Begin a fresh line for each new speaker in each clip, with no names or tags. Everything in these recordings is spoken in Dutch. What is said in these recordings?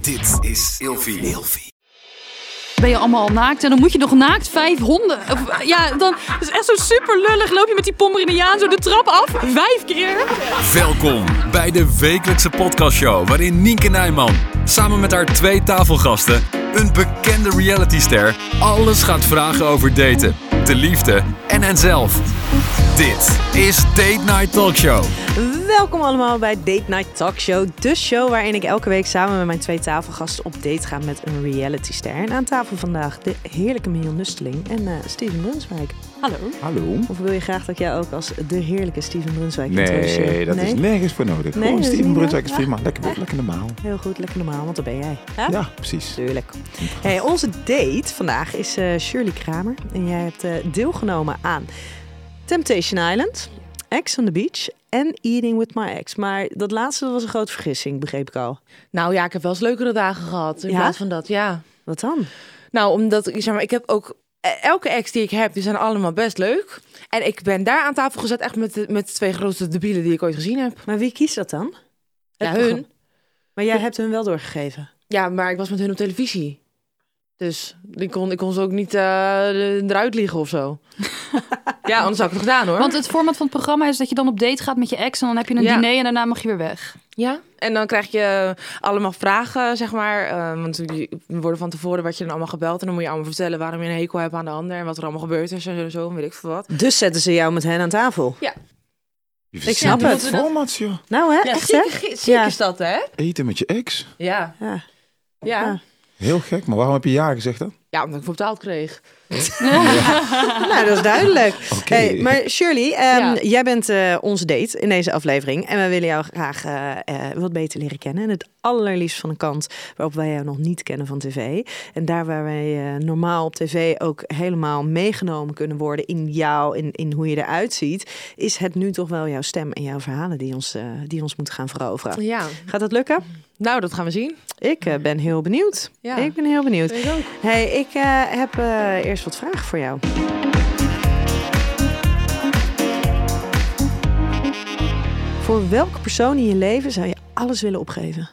Dit is Ilfie. Ilfie.
ben je allemaal al naakt en dan moet je nog naakt vijf honden. Of, ja, dan dat is echt zo super lullig. Loop je met die Pomeraniaan zo de trap af, vijf keer.
Welkom bij de wekelijkse podcastshow waarin Nienke Nijman samen met haar twee tafelgasten, een bekende realityster, alles gaat vragen over daten, de liefde en henzelf. Dit is Date Night Talkshow.
Welkom allemaal bij Date Night Talk Show. De show waarin ik elke week samen met mijn twee tafelgasten op date ga met een realityster. En aan tafel vandaag de heerlijke Miel Nusteling en eh, Steven Brunswijk.
Hallo.
Hallo?
Of wil je graag dat ik jou ook als de heerlijke Steven Brunswijk introduceer?
Nee, dat is nergens voor nodig.
eh, Nee,
Gewoon
dat is
Steven
niet
Brunswijk is
waar.
prima. Lekker, lekker normaal.
Heel goed, lekker normaal, want dat ben jij. Hè?
Ja, precies.
Tuurlijk. Hey, onze date vandaag is eh, Shirley Kramer. En jij hebt eh, deelgenomen aan Temptation Island, Ex on the Beach en Eating with My Ex. Maar dat laatste was een grote vergissing, begreep ik al.
Nou ja, ik heb wel eens leukere dagen gehad in
Ja?
plaats van dat, ja.
Wat dan?
Nou, omdat, ik zeg maar, ik heb ook... eh, Elke ex die ik heb, die zijn allemaal best leuk. En ik ben daar aan tafel gezet echt met de, met de twee grootste debielen die ik ooit gezien heb.
Maar wie kiest dat dan?
Ja,
programma.
hun.
Maar jij hebt hun wel doorgegeven.
Ja, maar ik was met hun op televisie. Dus ik kon, ik kon ze ook niet eh, eruit liegen of zo. ja, anders had ik het gedaan hoor.
Want het format van het programma is dat je dan op date gaat met je ex en dan heb je een
Ja.
diner en daarna mag je weer weg.
Ja, en dan krijg je allemaal vragen, zeg maar. eh, want die worden van tevoren wat je dan allemaal gebeld. En dan moet je allemaal vertellen waarom je een hekel hebt aan de ander. En wat er allemaal gebeurd is en zo, en zo en weet ik veel wat.
Dus zetten ze jou met hen aan tafel.
Je
snap
verzint
het.
het format, joh.
Nou hè, echt hè? Ja.
is dat, hè?
Eten met je ex.
Ja.
Ja.
Ja.
Heel gek, maar waarom heb je ja gezegd dan?
Ja, omdat ik voor betaald kreeg.
Nou, dat is duidelijk.
Oké.
Hey, maar Shirley, ehm,
Ja.
jij bent eh, onze date in deze aflevering. En we willen jou graag eh, eh, wat beter leren kennen. En het allerliefst van een kant waarop wij jou nog niet kennen van tv. En daar waar wij eh, normaal op tv ook helemaal meegenomen kunnen worden in jou, in, in hoe je eruit ziet, is het nu toch wel jouw stem en jouw verhalen die ons, eh, die ons moeten gaan veroveren.
Ja.
Gaat dat lukken?
Nou, dat gaan we zien.
Ik eh, ben heel benieuwd.
Ja.
Ik ben heel benieuwd.
Ik ook.
Hey, ik eh, heb eh, eerst wat vragen voor jou. Voor welke persoon in je leven zou je alles willen opgeven?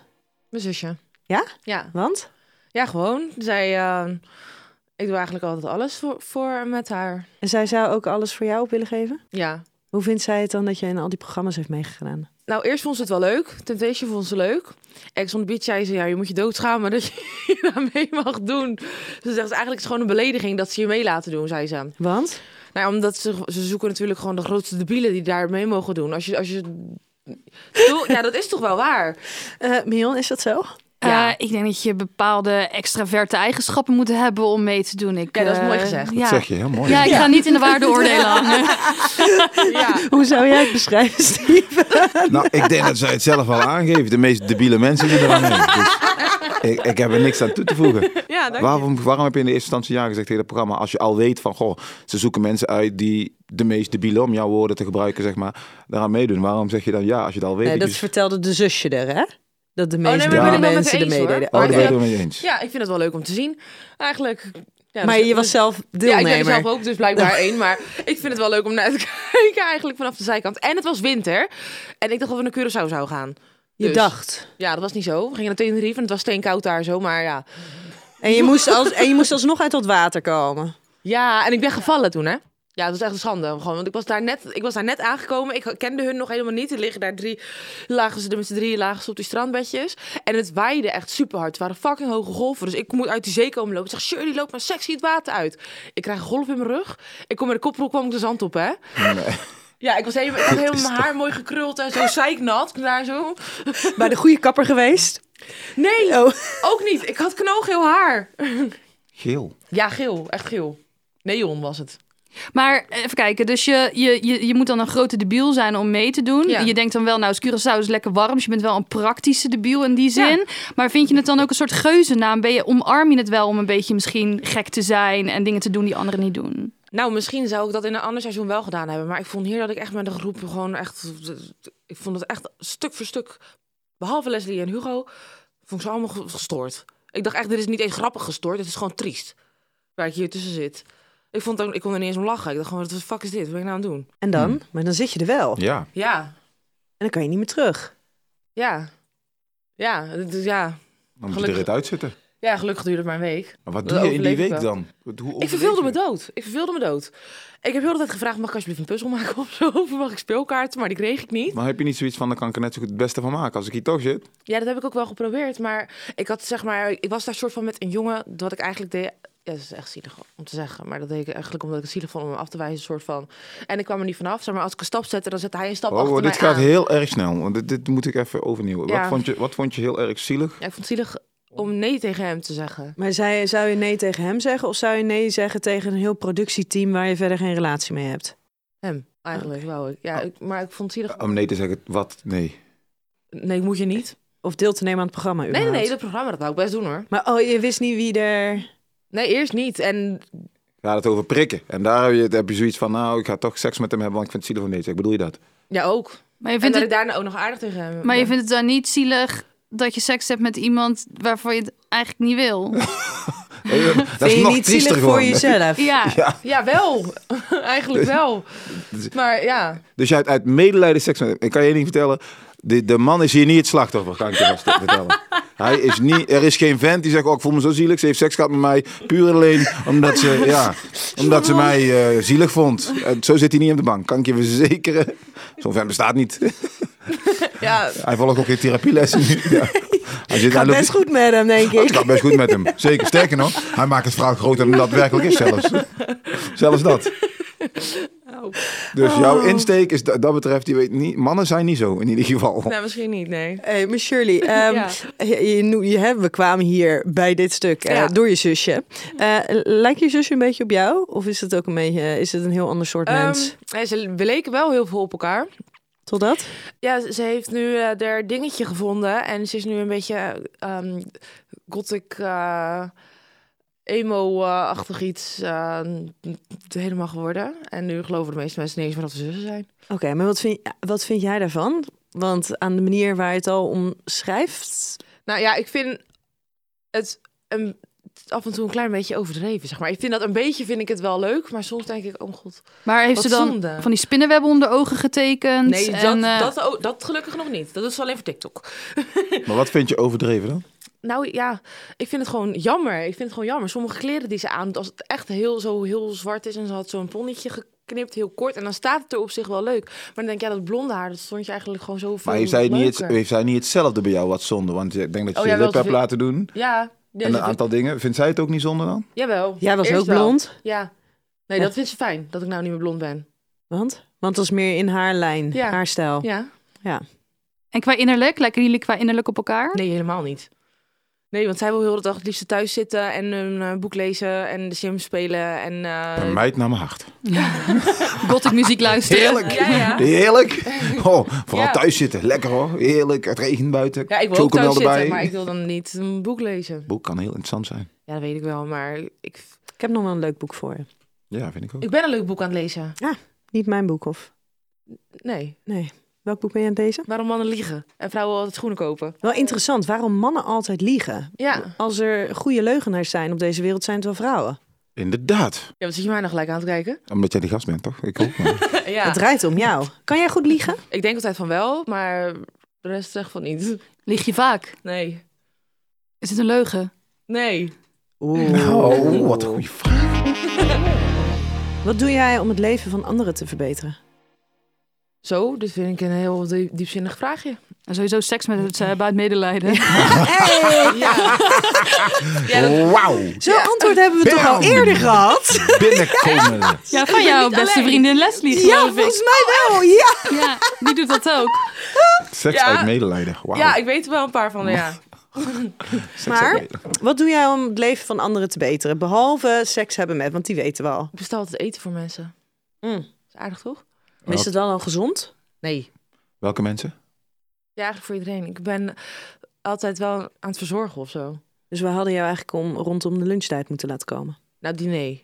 Mijn zusje.
Ja?
Ja.
Want?
Ja, gewoon. Zij, eh, ik doe eigenlijk altijd alles voor, voor en met haar.
En zij zou ook alles voor jou op willen geven?
Ja.
Hoe vindt zij het dan dat je in al die programma's heeft meegedaan?
Nou, eerst vond ze het wel leuk. Temptation vond ze leuk. Ex on the Beach zei ze, ja, je moet je doodschamen dat je daar mee mag doen. Ze zegt, eigenlijk is het gewoon een belediging dat ze je mee laten doen, zei ze.
Want?
Nou, ja, omdat ze, ze zoeken natuurlijk gewoon de grootste debielen die daar mee mogen doen. Als je, als je... Doe- Ja, dat is toch wel waar?
Eh Mion, is dat zo?
Ja.
Eh, ik denk dat je bepaalde extraverte eigenschappen moet hebben om mee te doen. Ik,
Ja, dat is
eh,
mooi gezegd. Dat
ja.
Zeg je, heel mooi.
Ja, ik ga niet in de waardeoordelen hangen.
Ja.
Hoe zou jij het beschrijven, Steve?
Nou, ik denk dat zij het zelf al aangeeft. De meest debiele mensen die er aan hebben. Dus ik, ik heb er niks aan toe te voegen.
Ja, dank je.
Waarom, waarom heb je in de eerste instantie ja gezegd tegen dat programma? Als je al weet van, goh, ze zoeken mensen uit die de meest debiele, om jouw woorden te gebruiken, zeg maar, daaraan meedoen. Waarom zeg je dan ja als je het al weet?
Nee,
dat
dat
je-
vertelde de zusje er, hè? Dat de
Oh, nee,
meeste
maar
ik ben het wel
met
mensen
haar
er
eens, hoor.
meededen.
Oh,
Maar
dat
ja.
ben ik het er mee eens.
Ja, ik vind het wel leuk om te zien. Eigenlijk. Ja,
Maar
dus-
je was zelf
ja,
deelnemer.
ik ben er zelf ook dus blijkbaar één. Maar ik vind het wel leuk om naar te kijken eigenlijk vanaf de zijkant. En het was winter. En ik dacht dat we naar Curaçao zouden gaan.
Je
Dus-
dacht.
Ja, dat was niet zo. We gingen naar Tenerife en het was steenkoud daar zo. Maar ja.
En je, moest als, en je moest alsnog uit dat water komen.
Ja, en ik ben gevallen toen hè. Ja, dat was echt een schande. Gewoon, want ik was, daar net, ik was daar net aangekomen. Ik kende hun nog helemaal niet. Er liggen daar drie, lagen ze er met z'n drieën lagen ze op die strandbedjes. En het waaide echt super hard. Het waren fucking hoge golven. Dus ik moet uit die zee komen lopen. Ik zeg, Shirley, loop maar sexy het water uit. Ik krijg een golf in mijn rug. Ik kom met de koprol, kwam ik de zand op, hè. Ja, ik was helemaal, ik had helemaal mijn haar mooi gekruld en zo zeiknat. Daar zo.
Bij de goede kapper geweest.
Nee,
Oh.
ook niet. Ik had knoogeel haar.
Geel.
Ja, geel. Echt geel. Neon was het.
Maar even kijken, dus je, je, je, je moet dan een grote debiel zijn om mee te doen.
Ja.
Je denkt dan wel, nou, is Curaçao is lekker warm. Dus je bent wel een praktische debiel in die zin. Maar vind je het dan ook een soort geuzennaam? Ben je, omarm je het wel om een beetje misschien gek te zijn... en dingen te doen die anderen niet doen?
Nou, misschien zou ik dat in een ander seizoen wel gedaan hebben. Maar ik vond hier dat ik echt met de groep gewoon echt... Ik vond het echt stuk voor stuk... Behalve Leslie en Hugo, vond ik ze allemaal ge- gestoord. Ik dacht echt, dit is niet eens grappig gestoord. Dit is gewoon triest. Waar ik hier tussen zit. Ik, vond ook, ik kon er niet eens om lachen. Ik dacht gewoon, wat de fuck is dit? Wat ben ik nou aan het doen?
En dan? Maar dan zit je er wel. En
Hmm. Ja.
Ja,
dan kan je niet meer terug.
ja. Ja, het is- ja.
Dan moet je
Gelukkig.
eruit uitzitten.
Ja, gelukkig duurde het maar een week.
Maar wat
Dan
doe je in die
overleef ik
week
wel.
dan? Hoe
Ik
overleef
verveelde
je?
me dood. Ik verveelde me dood. Ik heb heel de tijd gevraagd, mag ik alsjeblieft een puzzel maken of zo? Of mag ik speelkaarten? Maar die kreeg ik niet.
Maar heb je niet zoiets van, dan kan ik er net zo goed het beste van maken als ik hier toch zit?
Ja, dat heb ik ook wel geprobeerd. Maar ik had zeg maar, ik was daar soort van met een jongen. Wat ik eigenlijk deed. Ja, dat is echt zielig om te zeggen. Maar dat deed ik eigenlijk omdat ik het zielig vond om hem af te wijzen. Soort van. En ik kwam er niet vanaf. Zeg maar, als ik een stap zette, dan zette hij een stap
Oh,
achter
dit
mij
gaat
aan.
heel erg snel. want Dit, dit moet ik even overnieuw.
Ja.
Wat, vond je, wat vond je heel erg zielig?
Ja, ik vond het zielig om nee tegen hem te zeggen.
Maar zei, zou je nee tegen hem zeggen of zou je nee zeggen tegen een heel productieteam waar je verder geen relatie mee hebt?
Hem, eigenlijk wou ik.
Oh.
Ja, ik, maar ik vond het zielig.
Om nee te zeggen, wat? Nee.
Nee, moet je niet.
Of deel te nemen aan het programma?
Nee, nee,
Überhaupt?
nee, dat programma, dat wou ik best doen hoor.
Maar oh, je wist niet wie er.
Nee, eerst niet. En
Gaat het over prikken. En daar heb je, daar heb je zoiets van, nou, ik ga toch seks met hem hebben, want ik vind het zielig om nee te zeggen. Bedoel je dat?
ja, ook.
Maar je
En
vindt
dat
het
ik daarna ook nog aardig tegen hem
Maar je
ben.
vindt het dan niet zielig dat je seks hebt met iemand waarvan je het eigenlijk niet wil?
Eh, dat is
Vind je
nog
niet zielig
triester
voor
gewoon.
jezelf?
Ja.
Ja, wel. eigenlijk wel. Maar ja.
Dus je hebt uit medelijden seks met hem. Ik kan je één ding vertellen. De, de man is hier niet het slachtoffer, kan ik je vast vertellen. Hij is niet, er is geen vent die zegt, oh, ik voel me zo zielig. Ze heeft seks gehad met mij puur en alleen omdat ze, ja, omdat ze mij eh, zielig vond. En zo zit hij niet op de bank, kan ik je verzekeren. Zo'n vent bestaat niet.
ja.
Hij volgt ook geen therapielessen nu. Ja. Hij zit
Gaat
hij loopt-
best goed met hem, denk
Het
ik.
gaat best goed met hem. Zeker. Sterker nog, hij maakt het verhaal groter dan dat werkelijk is zelfs. Zelfs dat.
Oh.
Dus
Oh.
jouw insteek is dat, dat betreft, je weet niet, mannen zijn niet zo in ieder geval.
Nee, Nou, misschien niet, nee.
Hey, maar Shirley, ehm,
Ja.
je, je noe- je hebt- we kwamen hier bij dit stuk eh,
Ja.
door je zusje. Eh, lijkt je zusje een beetje op jou? Of is het ook een beetje, is het een heel ander soort mens?
Ehm, nee, ze, we leken wel heel veel op elkaar.
Totdat?
Ja, ze, ze heeft nu eh, haar dingetje gevonden. En ze is nu een beetje ehm, gothic, eh, emo-achtig iets eh, helemaal geworden. En nu geloven de meeste mensen niet eens meer dat ze zussen zijn.
Oké, maar wat vind, wat vind jij daarvan? Want aan de manier waar je het al omschrijft.
Nou ja, ik vind het een, af en toe een klein beetje overdreven, zeg maar. Ik vind dat een beetje vind ik het wel leuk, maar soms denk ik, oh mijn god.
Maar heeft
Wat
ze dan
zonde.
van die spinnenwebben onder ogen getekend?
Nee, dat,
en, eh,
dat, oh, dat gelukkig nog niet. Dat is alleen voor TikTok.
Maar wat vind je overdreven dan?
Nou ja, ik vind het gewoon jammer. Ik vind het gewoon jammer. Sommige kleren die ze aandoet, als het echt heel, zo heel zwart is en ze had zo'n ponnetje geknipt, heel kort, en dan staat het er op zich wel leuk. Maar dan denk ik, ja, dat blonde haar, dat stond je eigenlijk gewoon zo veel
Maar heeft zij, niet, het-
leuker.
heeft zij niet hetzelfde bij jou wat zonde? Want ik denk dat je
Oh,
je
ja, wel
lip hebt
te-
laten doen
Ja, ja,
en
ze
een
vindt-
aantal dingen. Vindt zij het ook niet zonde dan?
jawel.
Jij was
Eerst
ook
wel.
blond,
Ja. Nee,
Ja.
dat vindt ze fijn, dat ik nou niet meer blond ben.
want? Want dat is meer in haar lijn,
Ja.
haar stijl.
Ja.
En qua innerlijk, lijken jullie qua innerlijk op elkaar?
Nee, helemaal niet. Nee, want zij wil heel de dag het liefst thuis zitten en een eh, boek lezen en de sim spelen en... eh,
Een meid naar mijn hart.
Gothic muziek luisteren.
Heerlijk!
Ja, ja.
Heerlijk! Oh, vooral
Ja.
thuis zitten. Lekker hoor. Heerlijk. Het regent buiten.
Ja, ik wil ook
Chocomel
thuis
erbij.
zitten, maar ik wil dan niet een boek lezen.
boek kan heel interessant zijn.
Ja, dat weet ik wel, maar ik,
Ik heb nog wel een leuk boek voor je.
Ja, vind ik ook.
ik ben een leuk boek aan het lezen.
Niet mijn boek, of?
Nee,
Nee. Welk boek ben je aan het lezen?
waarom mannen liegen en vrouwen altijd schoenen kopen.
Wel interessant, waarom mannen altijd liegen.
Ja, ja
Als er goede leugenaars zijn op deze wereld, zijn het wel vrouwen.
Inderdaad.
wat zit je mij nou gelijk aan het kijken?
Omdat jij die gast bent, toch? Ik ook. maar-
ja,
Het draait om jou. Kan jij goed liegen?
ik denk altijd van wel, maar de rest zegt van niet.
Lieg je vaak?
Nee,
Is het een leugen?
nee.
Oeh.
Oh, wat een goede vraag.
Wat doe jij om het leven van anderen te verbeteren?
Zo, dit vind ik een heel diep- diepzinnig vraagje.
En Nou, sowieso seks met het eh, buiten medelijden.
Ja, ja dat
Wauw.
Zo'n antwoord hebben we toch al
Bam.
eerder gehad?
Binnenkomen.
Ja, van jouw
niet
beste
alleen.
vriendin Leslie,
Ja,
geloof ik.
volgens mij wel. Ja.
Ja, die doet dat ook.
Seks
Ja.
uit medelijden. Wauw.
Ja, ik weet er wel een paar van, ja.
Seks uit
Maar
medelijden.
wat doe jij om het leven van anderen te beteren? Behalve seks hebben met, want die weten we al.
Ik bestel altijd eten voor mensen. Is aardig, toch?
Is het dan al gezond?
Nee.
Welke mensen?
Ja, eigenlijk voor iedereen. Ik ben altijd wel aan het verzorgen of zo.
Dus we hadden jou eigenlijk om rondom de lunchtijd moeten laten komen.
Nou, diner.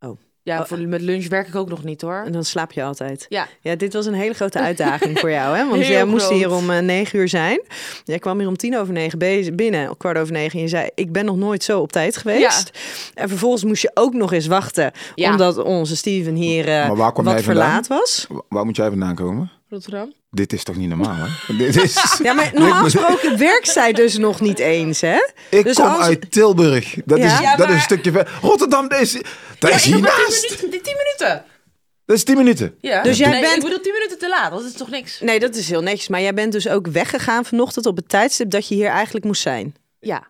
Oh.
Ja, voor, met lunch werk ik ook nog niet, hoor.
En dan slaap je altijd.
Ja.
Ja, dit was een hele grote uitdaging voor jou, hè? Want
Heel
jij moest
groot.
hier om eh, negen uur zijn. Jij kwam hier om tien over negen bezig, binnen, om kwart over negen. En je zei, ik ben nog nooit zo op tijd geweest. En vervolgens moest je ook nog eens wachten,
Ja.
omdat onze Steven hier eh,
Maar waar kwam
wat
jij vandaan?
verlaat was.
Wa- Waar moet jij vandaan komen?
Rotterdam.
Dit is toch niet normaal, hè? Dit is...
Ja, maar normaal gesproken werkt zij dus nog niet eens, hè?
Ik
Dus
kom
als-
uit Tilburg. Dat,
Ja?
is,
Ja,
dat is
maar-
een stukje ver. Rotterdam, dat is, dat is hiernaast.
Die 10 minuten.
Dat is 10 minuten.
Ja.
Dus jij
nee,
bent-
Ik bedoel, 10 minuten te laat, dat is toch niks?
Nee, dat is heel netjes. Maar jij bent dus ook weggegaan vanochtend op het tijdstip dat je hier eigenlijk moest zijn.
Ja.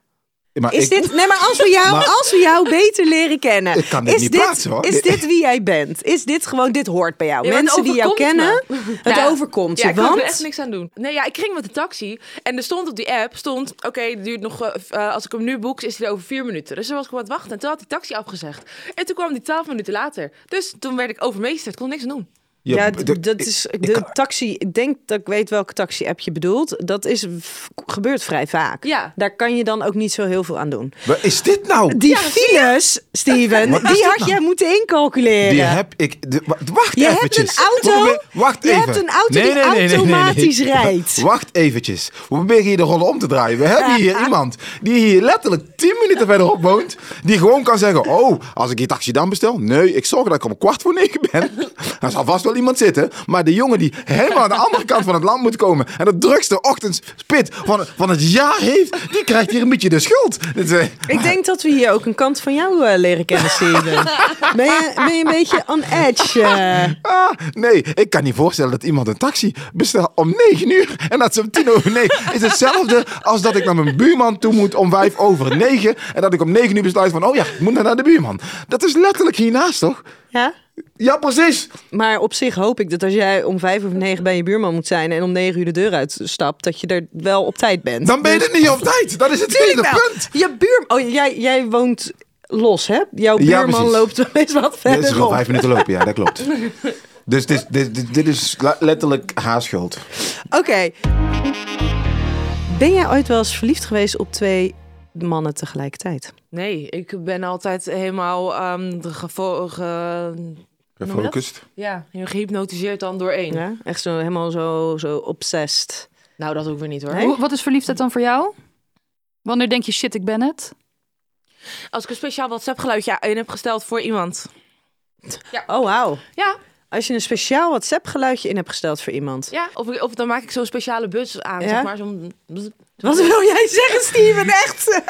Maar
Is
ik-
dit, nee, maar als we, jou,
Maar-
als we jou beter leren kennen.
Ik kan dit
is
niet
dit,
plaatsen, hoor.
Is
Dit-
dit wie jij bent? Is dit gewoon, dit hoort bij jou?
Ja, maar het
Mensen die jou
overkomt
kennen,
me. Nou
het
Ja.
overkomt
Ja,
je.
ik kan er echt
Want
niks aan doen. Nee, ja, ik ging met de taxi en er stond op die app, stond, oké, het duurt nog, eh, f- eh, als ik hem nu boek, is hij er over vier minuten. Dus toen was ik op aan het wachten en toen had die taxi afgezegd. En toen kwam die twaalf minuten later. Dus toen werd ik overmeesterd, kon niks aan doen.
Ja,
ja,
de-
d- dat is
ik-
de
ik kan-
taxi. Ik denk dat ik weet welke taxi-app je bedoelt. Dat is, v- gebeurt vrij vaak.
Ja.
Daar kan je dan ook niet zo heel veel aan doen.
Wat is dit nou?
Die files, Steven,
Wat is
die
dit
had
nou?
jij moeten incalculeren.
Die heb ik. de- wa- wacht
Je hebt
eventjes.
een auto-
Probeer- wacht
je
even.
hebt een auto die automatisch rijdt.
Wacht eventjes. We proberen hier de rollen om te draaien. We hebben hier iemand die hier letterlijk 10 minuten verderop woont. Die gewoon kan zeggen: Oh, als ik die taxi dan bestel. Nee, ik zorg dat ik om kwart voor negen ben. Dan zal vast wel iemand zitten. Maar de jongen die helemaal aan de andere kant van het land moet komen. en de drukste ochtendspit van, van het jaar heeft. die krijgt hier een beetje de schuld. Dit, eh,
Ik denk dat we hier ook een kant van jou eh, leren kennen, Steven. ben, je, ben je een beetje on edge? eh?
Ah, nee, ik kan niet voorstellen dat iemand een taxi bestelt om 9 uur en dat ze om 10 over 9 is hetzelfde als dat ik naar mijn buurman toe moet om 5 over 9 en dat ik om 9 uur besluit van, oh ja, ik moet naar de buurman. Dat is letterlijk hiernaast, toch?
Ja?
Ja, precies.
Maar op zich hoop ik dat als jij om vijf of negen bij je buurman moet zijn en om negen uur de deur uitstapt, dat je er wel op tijd bent. Dus
Dan ben je er niet op tijd. Dat is het hele
Tuurlijk wel.
punt.
Je buurman. Oh, jij, jij woont los, hè? Jouw
Ja,
buurman
precies.
loopt wel eens wat
Dit is
verder.
gewoon 5 minuten lopen, ja, dat klopt. Dus dit, dit, dit, dit is la- letterlijk haar schuld.
Oké. Ben jij ooit wel eens verliefd geweest op twee mannen tegelijkertijd?
Nee, ik ben altijd helemaal ehm gevo- ge-
Gefocust.
ja, gehypnotiseerd dan door één.
Ja, echt zo helemaal zo, zo obsessed.
Nou, dat ook weer niet hoor.
Nee?
Hoe- Wat is verliefdheid dan voor jou? Wanneer denk je, shit, ik ben het?
Als ik een speciaal WhatsApp geluidje in heb gesteld voor iemand.
Oh, wauw.
Ja,
Als je een speciaal WhatsApp-geluidje in hebt gesteld voor iemand.
ja. Of, of dan maak ik zo'n speciale bus aan,
Ja?
zeg maar. Zo'n...
Wat wil jij zeggen, Steven? Echt?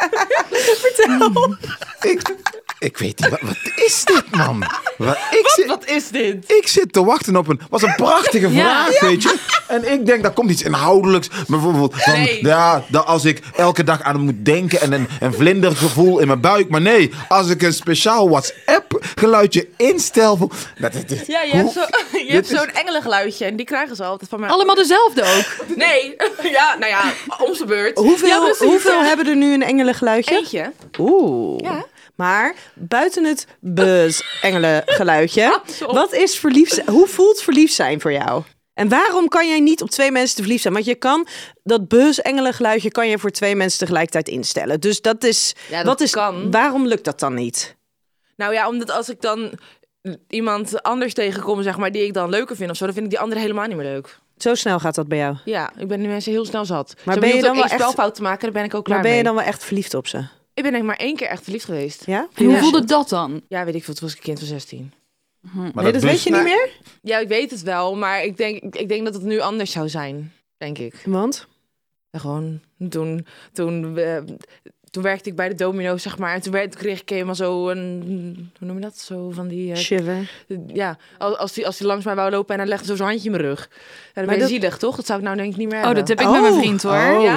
Vertel.
Ik, ik weet niet, wat, wat is dit, man? Wat, ik zit-
Wat is dit?
Ik zit te wachten op een. Was een prachtige vraag, weet je? En ik denk, daar komt iets inhoudelijks. Bijvoorbeeld, van,
Nee.
ja, dat als ik elke dag aan moet denken en een, een vlindergevoel in mijn buik. Maar nee, als ik een speciaal WhatsApp-geluidje instel. voor- Dat, dat, dat-
Ja, je
hoe-
hebt, zo, je hebt
Dit is-
zo'n engelengeluidje en die krijgen ze altijd van mij.
Allemaal dezelfde ook.
Nee, ja, nou ja, om zijn beurt. Ja,
Hoeveel,
precies.
hoeveel hebben er nu een engelengeluidje?
Eentje.
Oeh. Maar buiten het buzz engelengeluidje.
Zo.
wat is verliefd, hoe voelt verliefd zijn voor jou? En waarom kan jij niet op twee mensen te verliefd zijn? Want je kan dat buzz engelengeluidje kan je voor twee mensen tegelijkertijd instellen. Dus dat is,
Ja, dat
wat is
kan.
waarom lukt dat dan niet?
Nou ja, omdat als ik dan iemand anders tegenkom, zeg maar, die ik dan leuker vind of zo, dan vind ik die andere helemaal niet meer leuk.
Zo snel gaat dat bij jou.
Ja, ik ben die mensen heel snel zat. Ze
ben
hebben
je
niet
dan
ook één
wel echt-
spelfout te maken, daar ben ik ook klaar
Maar ben je
mee.
dan wel echt verliefd op ze?
Ik ben denk ik maar één keer echt verliefd geweest. Ja,
Ja?
En hoe voelde dat dan?
weet ik veel, toen was ik een kind van 16.
maar
Nee, dat weet je niet meer?
Ja, ik weet het wel, maar ik denk, ik denk dat het nu anders zou zijn, denk ik.
Want?
En gewoon toen, toen, eh, toen werkte ik bij de domino, zeg maar. En toen werd, kreeg ik helemaal zo een, hoe noem je dat? Zo van die, eh,
Shiver.
ja, als als die, als die langs mij wou lopen en hij legde zo zijn handje in mijn rug. Ja, dan ben je
dat-
zielig, toch? Dat zou ik nou denk ik niet meer
Oh,
hebben.
dat heb ik met mijn vriend hoor.
Oh,
Ja?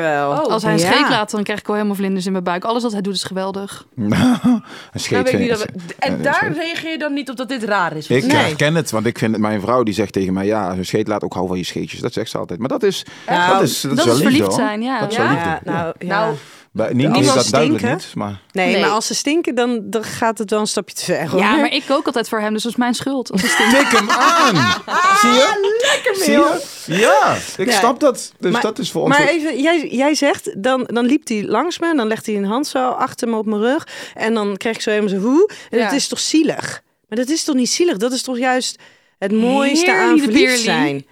Ja.
wel.
Oh.
Als hij een
Ja.
scheet laat, dan krijg ik al helemaal vlinders in mijn buik. Alles wat hij doet is geweldig.
Een scheet
Nou, weet ik niet
vind-
dat we-
eh,
en daar
sorry.
reageer je dan niet op dat dit raar is.
Ik
Nee.
herken het, want ik vind het, mijn vrouw die zegt tegen mij: Ja, een scheet laat ook hou van je scheetjes. Dat zegt ze altijd. Maar dat is,
Nou,
dat is, dat is
dat
wel
is
liefde,
verliefd
hoor.
zijn, ja.
Dat is wel
Ja,
liefde.
nou, ja.
Nou,
Bij, niet,
Als
is
ze
dat duidelijk
stinken?
niet, maar.
nee,
Nee.
maar als ze stinken, dan, dan gaat het wel een stapje te ver. Hoor.
Ja, maar ik kook altijd voor hem, dus dat is mijn schuld. Als hij stinkt.
Tik hem aan! Zie je?
Ah,
Lekker, Zie je? Ja, ik
Ja.
snap dat. Dus
Maar-
dat is voor ons...
Maar
ook-
even, jij, jij zegt, dan, dan liep hij langs me en dan legde hij een hand zo achter me op mijn rug. En dan kreeg ik zo helemaal zo hoe. En
Ja.
dat is toch zielig? Maar dat is toch niet zielig? Dat is toch juist het mooiste aan
Heerly de
verliefd
peerly.
zijn?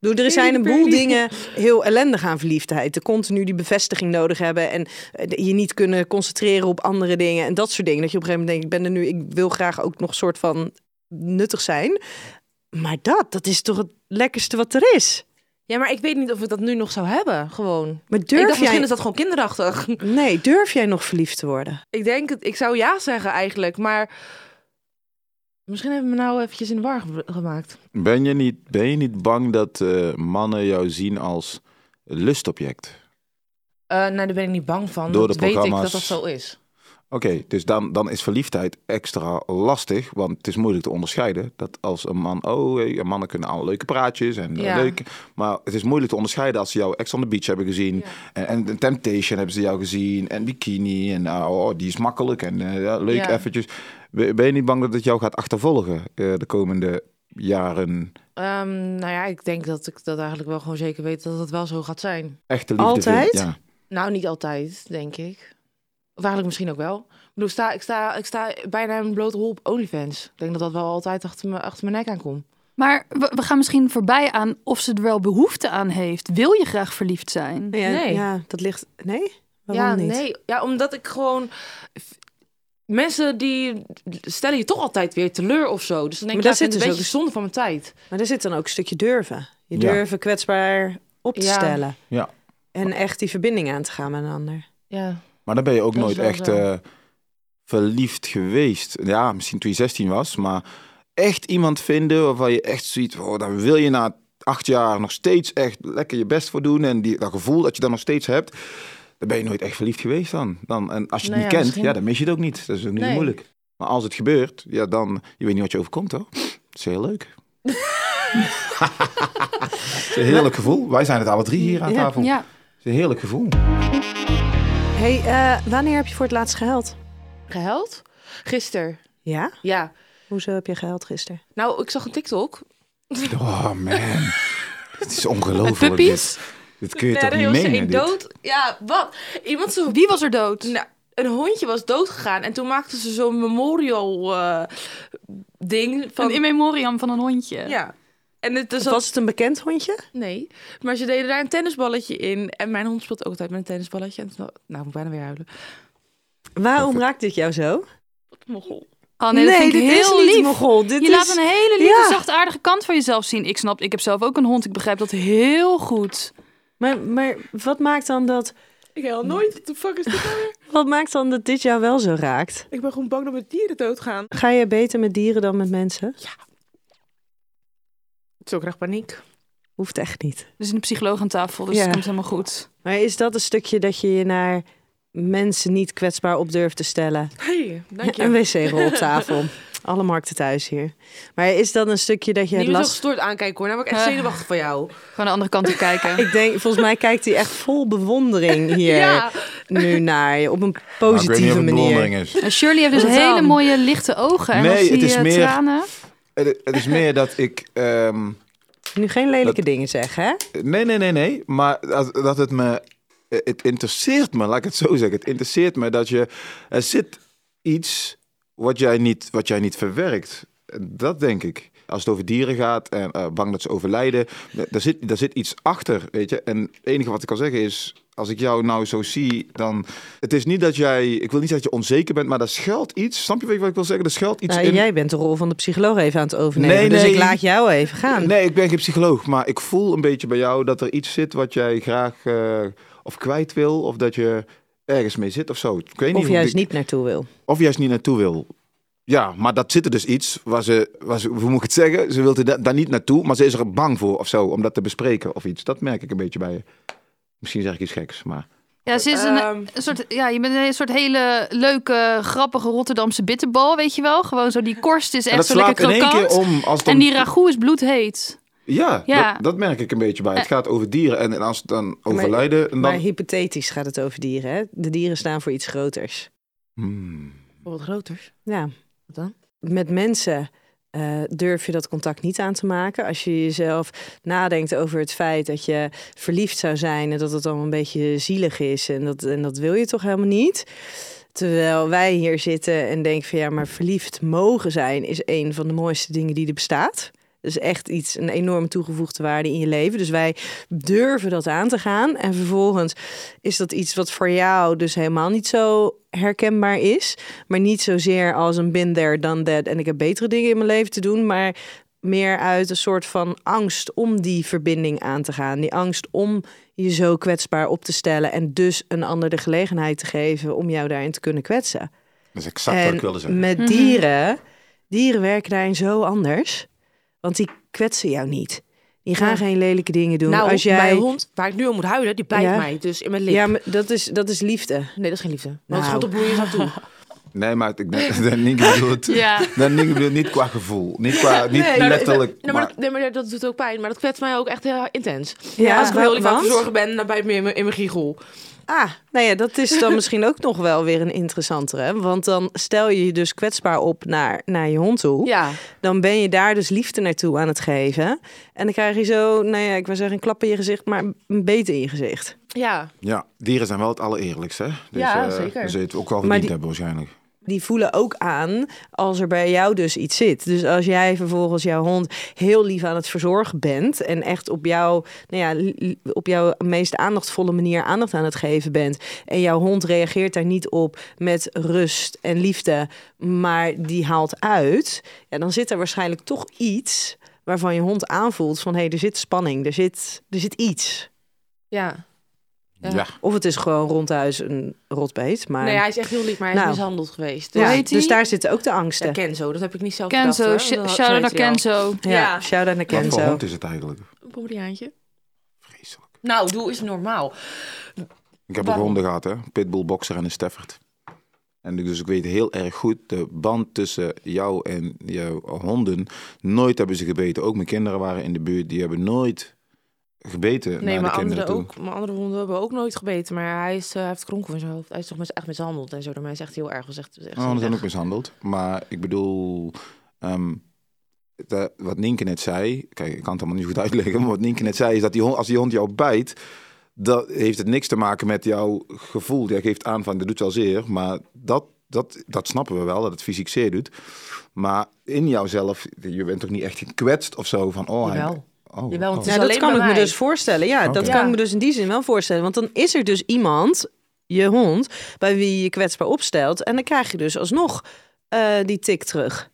Doe, er zijn een boel dingen heel ellendig aan verliefdheid. De continu die bevestiging nodig hebben en eh, de- je niet kunnen concentreren op andere dingen en dat soort dingen. Dat je op een gegeven moment denkt, ik ben er nu, ik wil graag ook nog soort van nuttig zijn. Maar dat, dat is toch het lekkerste wat er is?
Ja, maar ik weet niet of ik dat nu nog zou hebben, gewoon.
Maar
ik
durf
dacht,
jij...
misschien is dat gewoon kinderachtig.
Nee, durf jij nog verliefd te worden?
Ik denk, het, ik zou ja zeggen eigenlijk, maar misschien hebben we me nou eventjes in de war ge- gemaakt.
Ben je niet, ben je niet bang dat eh, mannen jou zien als lustobject?
Eh, nou, daar ben ik niet bang van.
Door
dat
de
weet ik dat
programma's.
dat zo is.
Oké, dus dan, dan is verliefdheid extra lastig, want het is moeilijk te onderscheiden. Dat als een man, oh, hey, mannen kunnen al leuke praatjes en eh,
Ja.
leuk. Maar het is moeilijk te onderscheiden als ze jou Ex on the Beach hebben gezien. En, en de Temptation hebben ze jou gezien. En Bikini. En ah, oh, die is makkelijk en eh, ja, leuk
Ja.
eventjes. Ben ben je niet bang dat het jou gaat achtervolgen eh, de komende jaren?
Ehm, nou ja, ik denk dat ik dat eigenlijk wel gewoon zeker weet dat het wel zo gaat zijn.
Echte liefde. vind-
Altijd?
Ja.
Nou, niet altijd, denk ik. Of eigenlijk misschien ook wel. Ik bedoel, sta, ik, sta, ik sta bijna in een blote hol op OnlyFans. Ik denk dat dat wel altijd achter, me, achter mijn nek aankomt.
Maar we, we gaan misschien voorbij aan of ze er wel behoefte aan heeft. Wil je graag verliefd zijn?
Ja,
Nee.
ja dat ligt... Nee? Waarom
ja,
niet?
nee. Ja, omdat ik gewoon... Mensen die stellen je toch altijd weer teleur of zo. Dus dan denk
Maar
ik, ja,
daar zit
ik vind het
dus
een
ook
beetje zonde van mijn tijd.
Maar er zit dan ook een stukje durven. Je
Ja.
durven kwetsbaar op te
Ja.
stellen.
Ja.
En echt die verbinding aan te gaan met een ander.
Ja.
Maar dan ben je ook
Dat is
nooit
wel
echt
zo.
eh, verliefd geweest. Ja, misschien toen je 16 was, maar echt iemand vinden waarvan je echt ziet, oh, daar wil je na acht jaar nog steeds echt lekker je best voor doen en die, dat gevoel dat je dan nog steeds hebt, dan ben je nooit echt verliefd geweest dan. dan en als je het niet
Nou ja,
kent,
misschien-
ja, dan mis je het ook niet. Dat is ook niet zo
Nee.
moeilijk. Maar als het gebeurt, ja, dan je weet niet wat je overkomt, hoor. Het is heel leuk. Het is een heerlijk gevoel. Wij zijn het alle drie hier aan
Ja,
tafel.
Ja.
Het is een heerlijk gevoel.
hey, eh, wanneer heb je voor het laatst gehuild?
Gehuild? Gisteren,
Ja?
ja.
Hoezo heb je gehuild gisteren?
Nou, ik zag een TikTok.
Oh man, het is
Met
ongelooflijk.
puppies?
Dit, dit kun je
Ja,
toch
er
niet
was een
menen, dit?
dood. Ja, wat? Iemand zo
Wie was er dood?
Nou, een hondje was doodgegaan en toen maakten ze zo'n memorial eh, ding van.
Van in memoriam van een hondje.
ja. En het dus
Was het een bekend hondje?
nee, maar ze deden daar een tennisballetje in en mijn hond speelt ook altijd met een tennisballetje. En toen, nou, ik moet bijna weer huilen.
Waarom raakt dit jou zo?
Mochel.
Oh, nee, dat vind ik
dit is
heel
niet
lief.
Mogol. Dit
je
is...
laat een hele lieve,
Ja.
zachtaardige kant van jezelf zien. Ik snap, ik heb zelf ook een hond. Ik begrijp dat heel goed.
maar, maar wat maakt dan dat...
Ik huil nooit. What the fuck is dit nou weer?
Wat maakt dan dat dit jou wel zo raakt?
Ik ben gewoon bang dat mijn dieren doodgaan.
Ga je beter met dieren dan met mensen?
Zo krijg ik paniek.
Hoeft echt niet.
Er is een psycholoog aan tafel, dus
Ja.
het komt helemaal goed.
Maar is dat een stukje dat je je naar mensen niet kwetsbaar op durft te stellen?
Hey, dank je.
Een wc-rol op tafel. Alle markten thuis hier. Maar is dat een stukje dat je het
Niet meer zo
last...
gestoord aankijken hoor. Nou word ik echt
Eh.
zenuwachtig van jou.
Gewoon de andere kant op kijken.
Ik denk, volgens mij kijkt hij echt vol bewondering hier
Ja.
nu naar je. Op een
Maar Nou, ik weet niet
positieve
of het
manier.
bewondering is.
En Shirley heeft dus
Wat dan?
hele mooie lichte ogen. En
Nee,
dan zie
het is
je
meer-
eh, tranen.
Het, het is meer dat ik... ehm,
Nu geen lelijke
Dat-
dingen zeggen, hè?
nee, nee, nee, nee. Maar dat, dat het me... Het interesseert me, laat ik het zo zeggen. Het interesseert me dat je... Er zit iets wat jij niet, wat jij niet verwerkt. Dat denk ik. Als het over dieren gaat en eh, bang dat ze overlijden. d- Daar zit, daar zit iets achter, weet je. En het enige wat ik kan zeggen is... Als ik jou nou zo zie, dan... Het is niet dat jij... Ik wil niet dat je onzeker bent, maar daar schuilt iets. Snap je wat ik wil zeggen? Er schuilt iets
Nou,
in.
Jij bent de rol van de psycholoog even aan het overnemen.
Nee,
dus
nee.
ik laat jou even gaan.
Nee, ik ben geen psycholoog, maar ik voel een beetje bij jou dat er iets zit wat jij graag eh, of kwijt wil, of dat je ergens mee zit of zo. Ik weet
Of
hoe
juist
ik-
niet naartoe wil.
Of juist niet naartoe wil. Ja, maar dat zit er dus iets waar ze, waar ze- hoe moet ik het zeggen? Ze wil er da- daar niet naartoe, maar ze is er bang voor of zo, om dat te bespreken of iets. Dat merk ik een beetje bij je. Misschien zeg ik iets geks, maar
Ja, ze is een,
Ehm.
een soort, ja, je bent een soort hele leuke, grappige Rotterdamse bitterbal, weet je wel? Gewoon zo, die korst is echt
dat
zo lekker
slaat in één keer
krokant.
om. Als het
En
om-
die ragout is bloedheet.
Ja,
Ja. Eh,
Dat, dat merk ik een beetje bij. Het gaat over dieren en, en als het dan overlijden, en dan...
Maar hypothetisch gaat het over dieren, hè? De dieren staan voor iets groters.
Hmm.
Oh, Wat groter.
Ja.
Wat dan?
met mensen eh, durf je dat contact niet aan te maken. Als je jezelf nadenkt over het feit dat je verliefd zou zijn en dat het allemaal een beetje zielig is en dat, en dat wil je toch helemaal niet. Terwijl wij hier zitten en denken van ja, maar verliefd mogen zijn is een van de mooiste dingen die er bestaat. Dat is echt iets, een enorme toegevoegde waarde in je leven. Dus wij durven dat aan te gaan. En vervolgens is dat iets wat voor jou dus helemaal niet zo herkenbaar is. Maar niet zozeer als een been there, done that. En ik heb betere dingen in mijn leven te doen. Maar meer uit een soort van angst om die verbinding aan te gaan. Die angst om je zo kwetsbaar op te stellen en dus een ander de gelegenheid te geven om jou daarin te kunnen kwetsen.
Dat is exact wat ik wilde
En
zeggen.
met
Mhm.
dieren, dieren werken daarin zo anders, want die kwetsen jou niet. Die gaan
Ja.
geen lelijke dingen doen.
Nou,
Als jij...
mijn hond, waar ik nu om moet huilen, die bijt
Ja.
mij dus in mijn lip.
Ja, maar dat is, dat is liefde.
Nee, dat is geen liefde. Want
Nou.
het gaat op bloeiers aan toe.
Nee, maar ik denk dat Nienke bedoelt...
Ja.
Dat Nienke bedoelt niet qua gevoel. Niet, qua, niet
maar dat-
letterlijk.
Nee, maar,
maar,
dat, nee, maar dat doet ook pijn. Maar dat kwetst mij ook echt heel intens.
Ja,
Als ik heel lief aan het
want?
verzorgen ben, dan bijt me in mijn- in mijn giegel.
Ah, nou ja, dat is dan misschien ook nog wel weer een interessantere. Want dan stel je je dus kwetsbaar op naar, naar je hond toe.
Ja.
Dan ben je daar dus liefde naartoe aan het geven. En dan krijg je zo, nou ja, ik wil zeggen een klap in je gezicht, maar een beet in je gezicht.
Ja.
ja, dieren zijn wel het allereerlijkst, hè? Dus,
Ja,
eh,
zeker.
Dan zul je het ook wel
Maar
verdiend
die-
hebben waarschijnlijk.
Die voelen ook aan als er bij jou dus iets zit. Dus als jij vervolgens jouw hond heel lief aan het verzorgen bent. En echt op, jouw, nou ja, li- li- op jouw meest aandachtvolle manier aandacht aan het geven bent. En jouw hond reageert daar niet op met rust en liefde. Maar die haalt uit. Ja, dan zit er waarschijnlijk toch iets waarvan je hond aanvoelt van... hé, hey, er zit spanning, er zit, er zit iets.
Ja.
Ja.
Ja.
Of het is gewoon rondhuis een rotbeet. Maar...
Nee, hij is echt heel lief, maar hij is
Nou.
mishandeld geweest. Dus
Ja,
Hoe heet die?
dus daar zitten ook de angsten.
Ja, Kenzo, dat heb ik niet zelf
Kenzo,
bedacht,
sh-
hoor. Dat- zo
shout-out naar
heet hij al.
Kenzo.
Ja,
Ja.
shout-out naar
Wat voor
Kenzo.
hond is het eigenlijk?
Een Pomeraniaantje.
Vreselijk.
Nou, doe is normaal.
Ik heb ook
Waarom?
honden gehad, hè? Pitbull, boxer en een Stafford. En ik- dus ik weet heel erg goed de band tussen jou en jouw honden. Nooit hebben ze gebeten. Ook mijn kinderen waren in de buurt. Die hebben nooit gebeten
Nee,
naar
maar
de kinderen
andere,
toe.
ook, maar andere honden hebben ook nog nooit gebeten. Maar hij is, eh, hij heeft kronkel in zijn hoofd. Hij is toch mis, echt mishandeld en zo. Door mij is echt heel erg. Was echt, was echt
Oh, honden zijn ook
echt-
mishandeld. Maar ik bedoel, ehm, de- wat Nienke net zei... Kijk, ik kan het allemaal niet goed uitleggen. Maar wat Nienke net zei is dat die hond, als die hond jou bijt... dat heeft het niks te maken met jouw gevoel. Jij geeft aan van, dat doet wel zeer. Maar dat, dat, dat snappen we wel, dat het fysiek zeer doet. Maar in jouzelf, je bent toch niet echt gekwetst of zo? Van, oh, hij-
Jawel.
Oh,
Jawel,
oh.
want het
Nou,
is
dat
alleen
kan ik
bij
me
mij.
dus voorstellen. Ja, dat
Oké.
kan ik
Ja.
me dus in die zin wel voorstellen. Want dan is er dus iemand, je hond, bij wie je je kwetsbaar opstelt. En dan krijg je dus alsnog eh, die tik terug.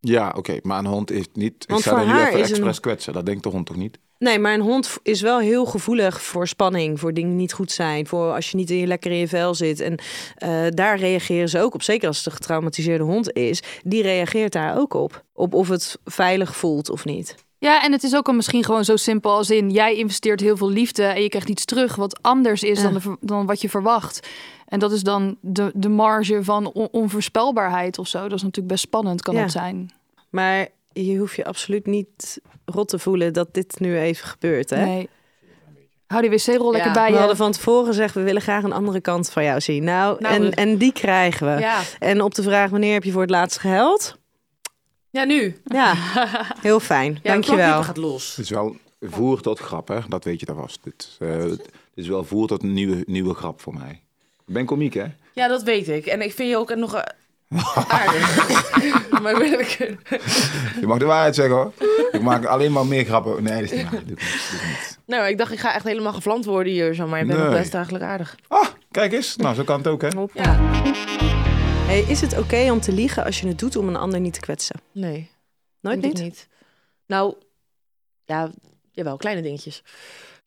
Ja, oké. Maar een hond heeft niet...
Want
ik ga
voor
dan niet
haar
even
is een-
expres kwetsen. Dat denkt de hond toch niet?
Nee, maar een hond v- is wel heel gevoelig voor spanning, voor dingen die niet goed zijn, voor als je niet in je lekker in je vel zit. En eh, daar reageren ze ook op. Zeker als het een getraumatiseerde hond is, die reageert daar ook op. Op of het veilig voelt of niet.
Ja, en het is ook al misschien gewoon zo simpel als in... jij investeert heel veel liefde en je krijgt iets terug... wat anders is
Ja.
dan, de ver- dan wat je verwacht. En dat is dan de, de marge van on- onvoorspelbaarheid of zo. Dat is natuurlijk best spannend, kan
Ja.
het zijn.
Maar je hoeft je absoluut niet rot te voelen dat dit nu even gebeurt, hè?
Nee. Hou die wc-rol lekker
Ja,
bij
We hadden
je.
van tevoren gezegd, we willen graag een andere kant van jou zien. Nou,
Nou,
en,
dus-
en die krijgen we.
Ja.
En op de vraag, wanneer heb je voor het laatst gehuild?
ja, nu.
Ja, heel fijn.
Ja,
Dankjewel.
Het gaat los.
Het is wel voer tot grap, hè? Dat weet je dan vast. Het, eh, het is wel voer tot een nieuwe, nieuwe grap voor mij. Ik ben komiek, hè?
Ja, dat weet ik. En ik vind je ook nog eh, aardig. maar wil ik...
Je mag de waarheid zeggen, hoor. Ik maak alleen maar meer grappen. Nee, dat is niet waar. Doe ik niet, doe ik niet.
Nou, ik dacht, ik ga echt helemaal gevlamd worden hier zo. Maar je bent nog
Nee.
best eigenlijk aardig.
Ah, kijk eens. Nou, zo kan het ook, hè?
Ja.
Hey, is het oké om te liegen als je het doet om een ander niet te kwetsen?
Nee,
Nooit
denk
niet?
ik niet. Nou, ja, jawel, kleine dingetjes.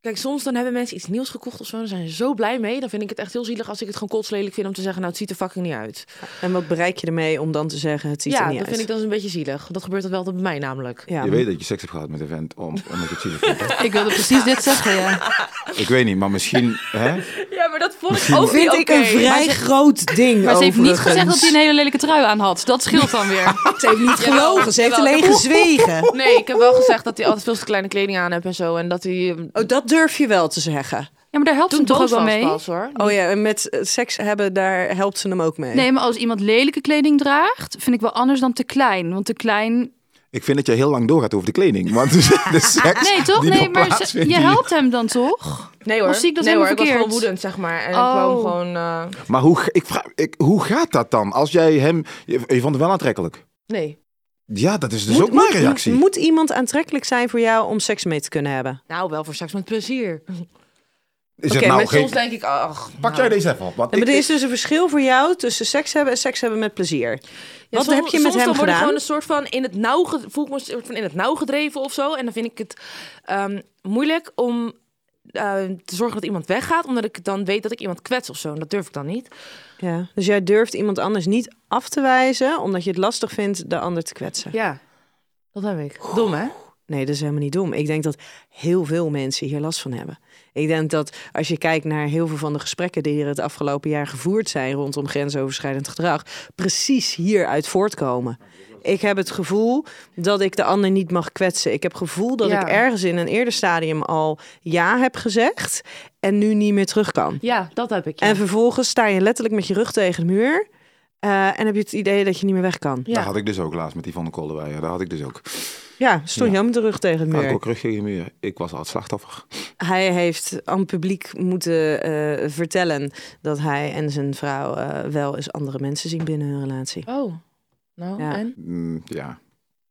Kijk, soms dan hebben mensen iets nieuws gekocht of zo. Dan zijn ze zo blij mee. Dan vind ik het echt heel zielig als ik het gewoon kotslelijk vind om te zeggen... nou, het ziet er fucking niet uit.
En wat bereik je ermee om dan te zeggen, het ziet
ja,
er niet
dat
uit?
vind ik dan een beetje zielig. Dat gebeurt dat wel bij mij namelijk.
Ja.
Je weet dat je seks hebt gehad met een vent om, omdat je het zielig vindt, hè?
Ik wilde precies dit zeggen, ja.
Ik weet niet, maar misschien... Hè?
Ja, maar dat vond ik ook
Vind ik een vrij groot ding
Maar ze heeft niet
overigens.
gezegd dat hij een hele lelijke trui aan had. Dat scheelt dan weer.
Ze heeft niet gelogen, ze heeft
Jawel.
alleen gezwegen.
Nee, ik heb wel gezegd dat hij altijd veel te kleine kleding aan heeft en zo. En dat hij... eh,
Oh, dat durf je wel te zeggen.
Ja, maar daar helpt hem
Toen
toch ook wel mee?
Pas, hoor.
Oh ja, en met eh, seks hebben, daar helpt ze hem ook mee.
Nee, maar als iemand lelijke kleding draagt... vind ik wel anders dan te klein. Want te klein
Ik vind dat je heel lang doorgaat over de kleding. Want de seks
Nee, toch?
die
Nee,
nog
maar ze-
plaatsvindt
je
hier-
helpt hem dan toch?
Nee hoor.
Of zie ik dat
nee, hoor,
helemaal
ik was gewoon
verkeerd?
woedend, zeg maar. En
Oh.
ik kwam gewoon... eh,
Maar hoe, ga- ik vraag, ik, hoe gaat dat dan? Als jij hem... Je, je vond hem wel aantrekkelijk.
Nee.
Ja, dat is dus ook mijn reactie.
Moet, iemand aantrekkelijk zijn voor jou om seks mee te kunnen hebben?
Nou, wel voor seks met plezier.
Is
Oké,
het nou
maar
geen...
soms denk ik, ach.
Pak jij deze even op. Want
Ja, maar
ik-
er is dus een verschil voor jou tussen seks hebben en seks hebben met plezier. Wat heb je met
soms
hem
dan word ik
gedaan?
gewoon een soort van in het nauw ge- voel ik me een soort van in het nauw gedreven of zo. En dan vind ik het ehm, moeilijk om ehm, te zorgen dat iemand weggaat, omdat ik dan weet dat ik iemand kwets of zo. En dat durf ik dan niet.
Ja. Dus jij durft iemand anders niet af te wijzen, omdat je het lastig vindt de ander te kwetsen.
Ja, dat heb ik. Dom, hè?
Nee, dat is helemaal niet dom. Ik denk dat heel veel mensen hier last van hebben. Ik denk dat als je kijkt naar heel veel van de gesprekken die hier het afgelopen jaar gevoerd zijn rondom grensoverschrijdend gedrag, precies hieruit voortkomen. Ik heb het gevoel dat ik de ander niet mag kwetsen. Ik heb het gevoel dat
Ja.
ik ergens in een eerder stadium al ja heb gezegd en nu niet meer terug kan.
Ja, dat heb ik. ja.
En vervolgens sta je letterlijk met je rug tegen de muur eh, en heb je het idee dat je niet meer weg kan.
Ja.
Dat had ik dus ook laatst met die van de Kolderweijer. Dat had ik dus ook.
Ja, stond
Ja.
je ook met de rug tegen de
Had ik
muur.
ook terug tegen de muur. Ik was al het slachtoffer.
Hij heeft aan het publiek moeten eh, vertellen dat hij en zijn vrouw eh, wel eens andere mensen zien binnen hun relatie.
Oh, nou
Ja.
en?
Mm, ja.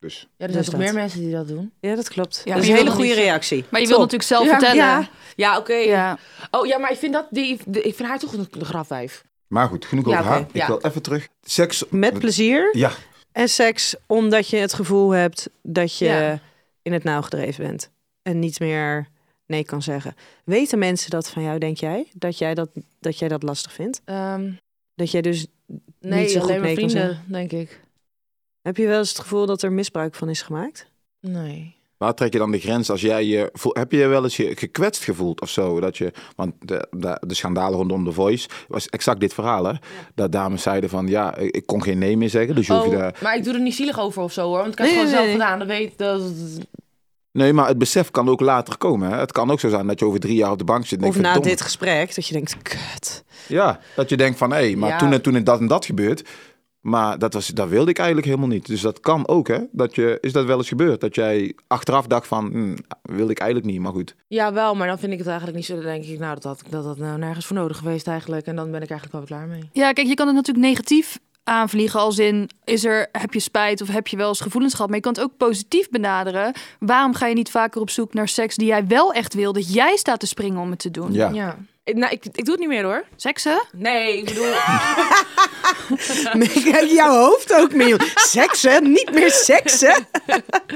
Dus.
Ja,
Dus
er zijn toch
dat.
meer mensen die dat doen?
Ja, dat klopt.
Ja,
dat
maar
is
je
een hele
wil
goede
niet-
reactie.
Maar je
Top.
wil natuurlijk zelf
Ja,
vertellen.
ja. Ja, oké.
Ja.
Oh ja, maar ik vind, dat, die, de- ik vind haar toch een, een grafwijf.
Maar goed, genoeg
Ja,
over haar.
oké,
Ik
ja.
wil even terug. Seks...
Met plezier
Ja.
en seks omdat je het gevoel hebt dat je
Ja.
in het nauw gedreven bent. En niet meer nee kan zeggen. Weten mensen dat van jou, denk jij? Dat jij dat, dat, jij dat lastig vindt?
Ehm,
Dat jij dus...
nee,
zo goed
alleen
mee
mijn
kan
vrienden, denk ik.
Heb je wel eens het gevoel dat er misbruik van is gemaakt?
Nee.
Waar trek je dan de grens als jij je voel- Heb je je wel eens je gekwetst gevoeld of zo? Dat je, want de, de, de schandalen rondom The Voice was exact dit verhaal, hè? Dat dames zeiden van, ja, ik kon geen nee meer zeggen, dus je hoef je daar...
Oh, maar ik doe er niet zielig over of zo hoor. Want ik heb
Nee,
het gewoon
nee,
zelf
nee.
gedaan. Dat weet dat.
Nee, maar het besef kan ook later komen, hè? Het kan ook zo zijn dat je over drie jaar op de bank zit en
Of
denkt,
na
verdomme.
dit gesprek, dat je denkt, kut.
Ja, dat je denkt van, hé, maar
Ja.
toen en toen en dat en dat gebeurt... Maar dat, was, dat wilde ik eigenlijk helemaal niet. Dus dat kan ook, hè? Dat je, is dat wel eens gebeurd? Dat jij achteraf dacht van, hm, wilde ik eigenlijk niet, maar goed.
Ja, wel, maar dan vind ik het eigenlijk niet zo. Dan denk ik, nou, dat had ik dat, had nou nergens voor nodig geweest eigenlijk. En dan ben ik eigenlijk wel klaar mee.
Ja, kijk, je kan het natuurlijk negatief aanvliegen als in is er heb je spijt of heb je wel eens gevoelens gehad, maar je kan het ook positief benaderen. Waarom ga je niet vaker op zoek naar seks die jij wel echt wil, dat jij staat te springen om het te doen?
Ja.
Ja. Ik, nou, ik, ik doe het niet meer hoor.
Seksen?
Nee, ik bedoel.
Ik kijk jouw hoofd ook mee. Seksen, niet meer seksen.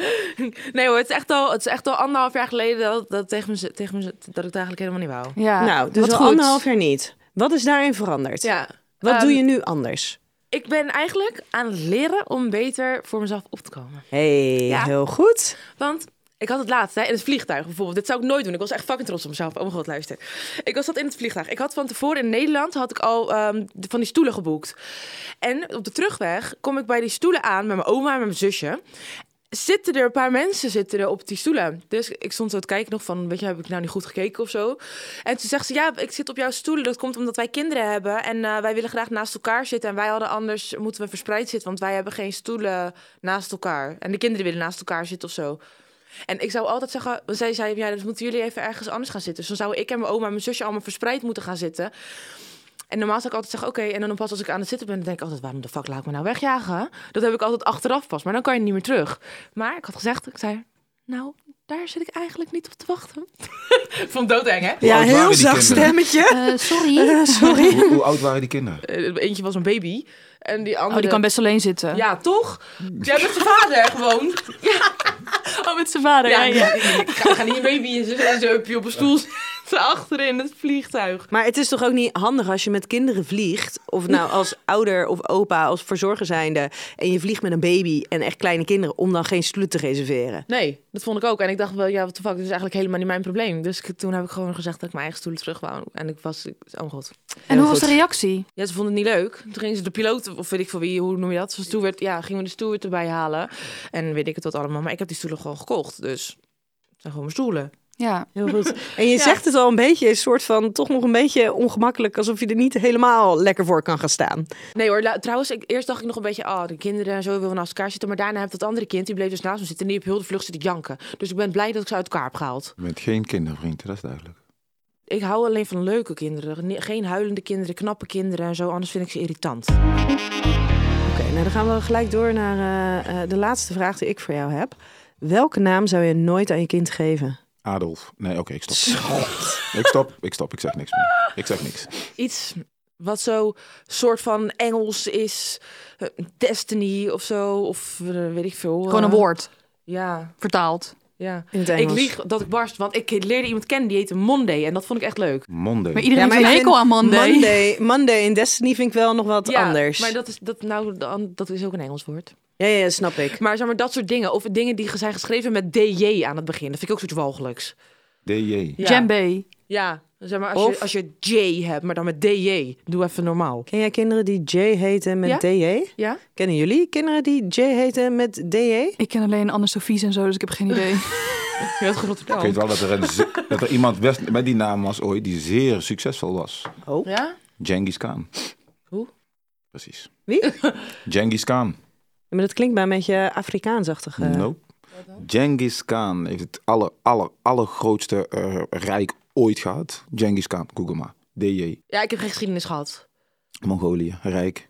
nee hoor, het is echt al, het is echt al anderhalf jaar geleden dat, dat, tegen me, tegen me, dat ik het eigenlijk helemaal niet wou.
Ja.
nou, dus
wat
al
goed.
anderhalf jaar niet. Wat is daarin veranderd?
Ja.
Wat
Ehm,
doe je nu anders?
Ik ben eigenlijk aan het leren om beter voor mezelf op te komen.
hey,
ja.
heel goed.
Want ik had het laatst hè, in het vliegtuig bijvoorbeeld. Dit zou ik nooit doen. Ik was echt fucking trots op mezelf. Oh mijn god, luister. Ik was dat in het vliegtuig. Ik had van tevoren in Nederland had ik al ehm, de- van die stoelen geboekt. En op de terugweg kom ik bij die stoelen aan met mijn oma en met mijn zusje. Zitten er een paar mensen zitten er op die stoelen. Dus ik stond zo te kijken nog van, weet je, heb ik nou niet goed gekeken of zo? En toen zegt ze, ja, ik zit op jouw stoelen. Dat komt omdat wij kinderen hebben en eh, wij willen graag naast elkaar zitten. En wij hadden anders, moeten we verspreid zitten, want wij hebben geen stoelen naast elkaar. En de kinderen willen naast elkaar zitten of zo. En ik zou altijd zeggen, want zij zei, ja, dus moeten jullie even ergens anders gaan zitten. Dus dan zou ik en mijn oma en mijn zusje allemaal verspreid moeten gaan zitten. En normaal zou ik altijd zeggen, oké, en dan pas als ik aan het zitten ben, dan denk ik altijd, waarom de fuck laat ik me nou wegjagen? Dat heb ik altijd achteraf pas, maar dan kan je niet meer terug. Maar ik had gezegd, ik zei, nou, daar zit ik eigenlijk niet op te wachten. Ik Vond het doodeng, hè?
Hoe
Ja,
oud waren
heel
die
zacht
kinderen?
stemmetje.
Eh, sorry.
sorry.
Hoe, hoe oud waren die kinderen?
Eh, Eentje was een baby en die andere...
Oh, die kan best alleen zitten.
Ja, toch? Jij bent zijn vader gewoon.
Oh, met zijn vader.
Ja,
Ja, ja.
Ik ga, ga niet een baby en zijn- en zijn hupje op een stoel zitten achterin het vliegtuig.
Maar het is toch ook niet handig als je met kinderen vliegt, of nou als ouder of opa, als verzorger zijnde, en je vliegt met een baby en echt kleine kinderen, om dan geen stoelen te reserveren.
Nee, dat vond ik ook. En ik dacht wel, ja, wat de fuck, dit is eigenlijk helemaal niet mijn probleem. Dus ik- toen heb ik gewoon gezegd dat ik mijn eigen stoelen terug wou. En ik was, ik, oh mijn god.
En hoe was
goed.
de reactie?
Ja, ze vonden het niet leuk. Toen gingen ze de piloot, of weet ik veel wie, hoe noem je dat? Zo'n steward, ja, gingen we de steward erbij halen. En weet ik het wat allemaal. Maar ik heb die stoelen gewoon gekocht, dus... het zijn gewoon mijn stoelen.
Ja.
Heel goed. En je zegt het al een beetje, een soort van toch nog een beetje ongemakkelijk, alsof je er niet helemaal lekker voor kan gaan staan.
Nee hoor, la- trouwens, ik, eerst dacht ik nog een beetje... ah, de kinderen en zo willen naast elkaar zitten. Maar daarna heb ik dat andere kind, die bleef dus naast me zitten... en die op heel de vlucht zitten janken. Dus ik ben blij dat ik ze uit elkaar heb gehaald.
Met geen kindervriend, dat is duidelijk.
Ik hou alleen van leuke kinderen. Ne- Geen huilende kinderen, knappe kinderen en zo. Anders vind ik ze irritant.
Oké, nou dan gaan we gelijk door naar eh, eh, de laatste vraag die ik voor jou heb. Welke naam zou je nooit aan je kind geven?
Adolf. Nee, oké, ik stop. Ik stop, ik stop, ik zeg niks meer. Ik zeg niks.
Iets wat zo soort van Engels is. eh, Destiny of zo. Of eh, weet ik veel.
Gewoon een
eh,
woord
Ja,
vertaald.
ja.
In het
Ik
Engels.
lieg dat ik barst, want ik leerde iemand kennen die heette Monday. En dat vond ik echt leuk.
Monday.
Maar iedereen
Ja, maar
heeft een
ik
hekel
vind
aan Monday.
Monday. Monday in Destiny vind ik wel nog wat
ja,
anders.
Maar dat is, dat, nou, dan- dat is ook een Engels woord.
Ja, ja, snap ik.
Maar zeg maar dat soort dingen. Of dingen die zijn geschreven met DJ aan het begin. Dat vind ik ook zoiets walgelijks.
DJ.
Ja.
Djembe.
Ja. Zeg maar als,
Of-
je, als je J hebt, maar dan met DJ. Doe even normaal.
Ken jij kinderen die J heten met
Ja?
DJ?
Ja?
Kennen jullie kinderen die J heten met E? DJ?
Ik ken alleen Anne-Sofies en zo, dus ik heb geen idee.
Je hebt Rotterdam.
Ik weet wel dat er, een, ze- dat er iemand best, met die naam was ooit die zeer succesvol was.
Oh.
Ja?
Genghis Khan.
Hoe?
Precies.
Wie?
Genghis Khan.
Maar dat klinkt bij een beetje Afrikaansachtig. eh.
Nope. Genghis Khan heeft het aller, aller, allergrootste eh, rijk ooit gehad. Genghis Khan, google maar. DJ.
Ja, ik heb geen geschiedenis gehad.
Mongolië, rijk.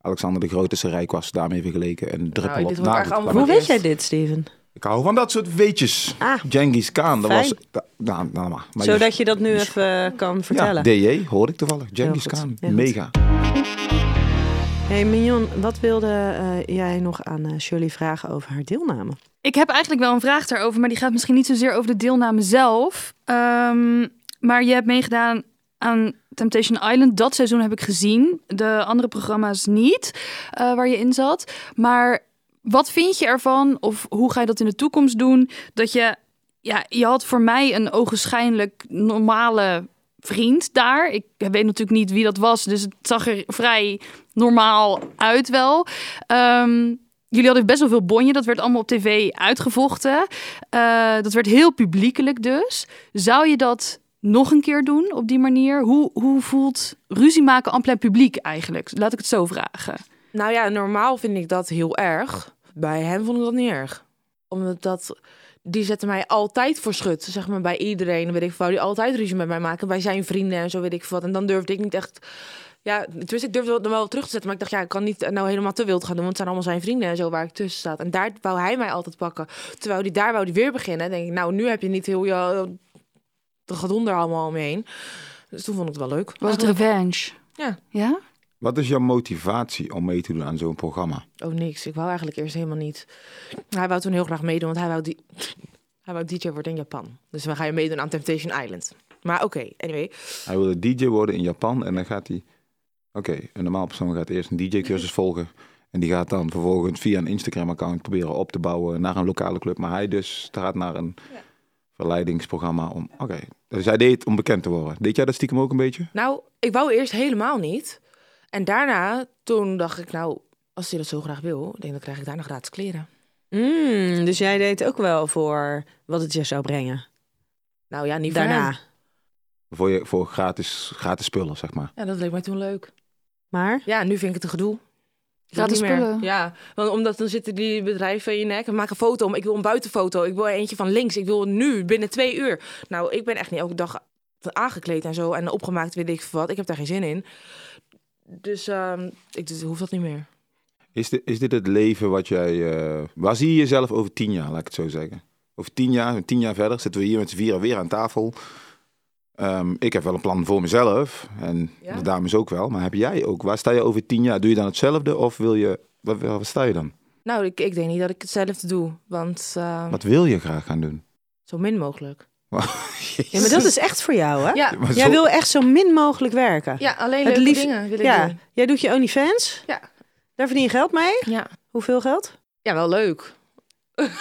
Alexander de Grote zijn rijk was daarmee vergeleken. En druppel
Nou,
dit
op
wordt
na
echt
de-
allemaal
Hoe
voor
weet
het
jij
eerst.
dit, Steven?
Ik hou van dat soort weetjes.
Ah,
Genghis Khan, dat
fijn.
was... da- Nou, nou, maar. maar je-
Zodat je dat nu even eh, kan vertellen.
Ja, DJ, hoor ik toevallig. Genghis
Heel goed,
Khan,
heel goed.
mega.
hey Mignon, wat wilde eh, jij nog aan eh, Shirley vragen over haar deelname?
Ik heb eigenlijk wel een vraag daarover, maar die gaat misschien niet zozeer over de deelname zelf. Ehm, maar je hebt meegedaan aan Temptation Island. Dat seizoen heb ik gezien. De andere programma's niet, eh, waar je in zat. Maar wat vind je ervan? Of hoe ga je dat in de toekomst doen? Dat je, ja, je had voor mij een ogenschijnlijk normale vriend daar. Ik weet natuurlijk niet wie dat was, dus het zag er vrij normaal uit wel. Ehm, jullie hadden best wel veel bonje. Dat werd allemaal op tv uitgevochten. Eh, dat werd heel publiekelijk dus. Zou je dat nog een keer doen op die manier? Hoe, hoe voelt ruzie maken aan plein publiek eigenlijk? Laat ik het zo vragen.
Nou ja, normaal vind ik dat heel erg. Bij hem vond ik dat niet erg. Omdat dat... Die zetten mij altijd voor schut. Zeg maar bij iedereen, weet ik veel. Die altijd ruzie met mij maken. Bij zijn vrienden en zo, weet ik veel wat. En dan durfde ik niet echt... Ja, dus ik durfde wel- dan wel terug te zetten. Maar ik dacht, ja, ik kan niet eh, nou helemaal te wild gaan doen. Want het zijn allemaal zijn vrienden en zo waar ik tussen staat. En daar wou hij mij altijd pakken. Terwijl die daar wou die weer beginnen. Dan denk ik, nou, nu heb je niet heel je... De gedonder allemaal omheen. Dus toen vond ik het wel leuk.
Was het revenge?
Ja.
Ja?
Wat is jouw motivatie om mee te doen aan zo'n programma?
Oh, niks. Ik wou eigenlijk eerst helemaal niet. Hij wou toen heel graag meedoen, want hij wou, die... hij wou DJ worden in Japan. Dus dan ga je meedoen aan Temptation Island. Maar oké, anyway.
Hij wilde DJ worden in Japan en dan gaat hij... Oké, een normaal persoon gaat eerst een DJ-cursus volgen. En die gaat dan vervolgens via een Instagram-account proberen op te bouwen naar een lokale club. Maar hij dus gaat naar een verleidingsprogramma om... Oké, dus hij deed het om bekend te worden. Deed jij dat stiekem ook een beetje?
Nou, ik wou eerst helemaal niet. En daarna, toen dacht ik, nou, als hij dat zo graag wil, ik denk dan krijg ik daar nog gratis kleren.
Mm, dus jij deed ook wel voor wat het je zou brengen
Nou ja, niet voor hem.
daarna.
Voor, je, voor gratis, gratis spullen, zeg maar.
Ja, dat leek mij toen leuk.
Maar
Ja, nu vind ik het een gedoe. Ik wil
Gratis
niet meer.
spullen.
Ja, want omdat dan zitten die bedrijven in je nek en maken een foto. om. Ik wil een buitenfoto. Ik wil eentje van links. Ik wil nu binnen twee uur. Nou, ik ben echt niet elke dag aangekleed en zo en opgemaakt, weet ik veel wat. Ik heb daar geen zin in. Dus ehm, ik dus, hoef dat niet meer.
Is dit, is dit het leven wat jij. eh, waar zie je jezelf over tien jaar, laat ik het zo zeggen? Over tien jaar, tien jaar verder zitten we hier met z'n vieren weer aan tafel. Ehm, ik heb wel een plan voor mezelf. En
Ja?
de dames ook wel. Maar heb jij ook? Waar sta je over tien jaar? Doe je dan hetzelfde? Of wil je. Wat, wat sta je dan?
Nou, ik, ik denk niet dat ik hetzelfde doe, want ehm,
Wat wil je graag gaan doen?
zo min mogelijk.
ja, maar dat is echt voor jou, hè?
Ja,
Maar
Jij
zo-
wil echt zo min mogelijk werken.
ja alleen
Het
leuke
liefst-
dingen wil ik
Ja,
doen.
jij doet je OnlyFans.
Ja.
Daar verdien je geld mee.
Ja.
Hoeveel geld?
ja, wel leuk.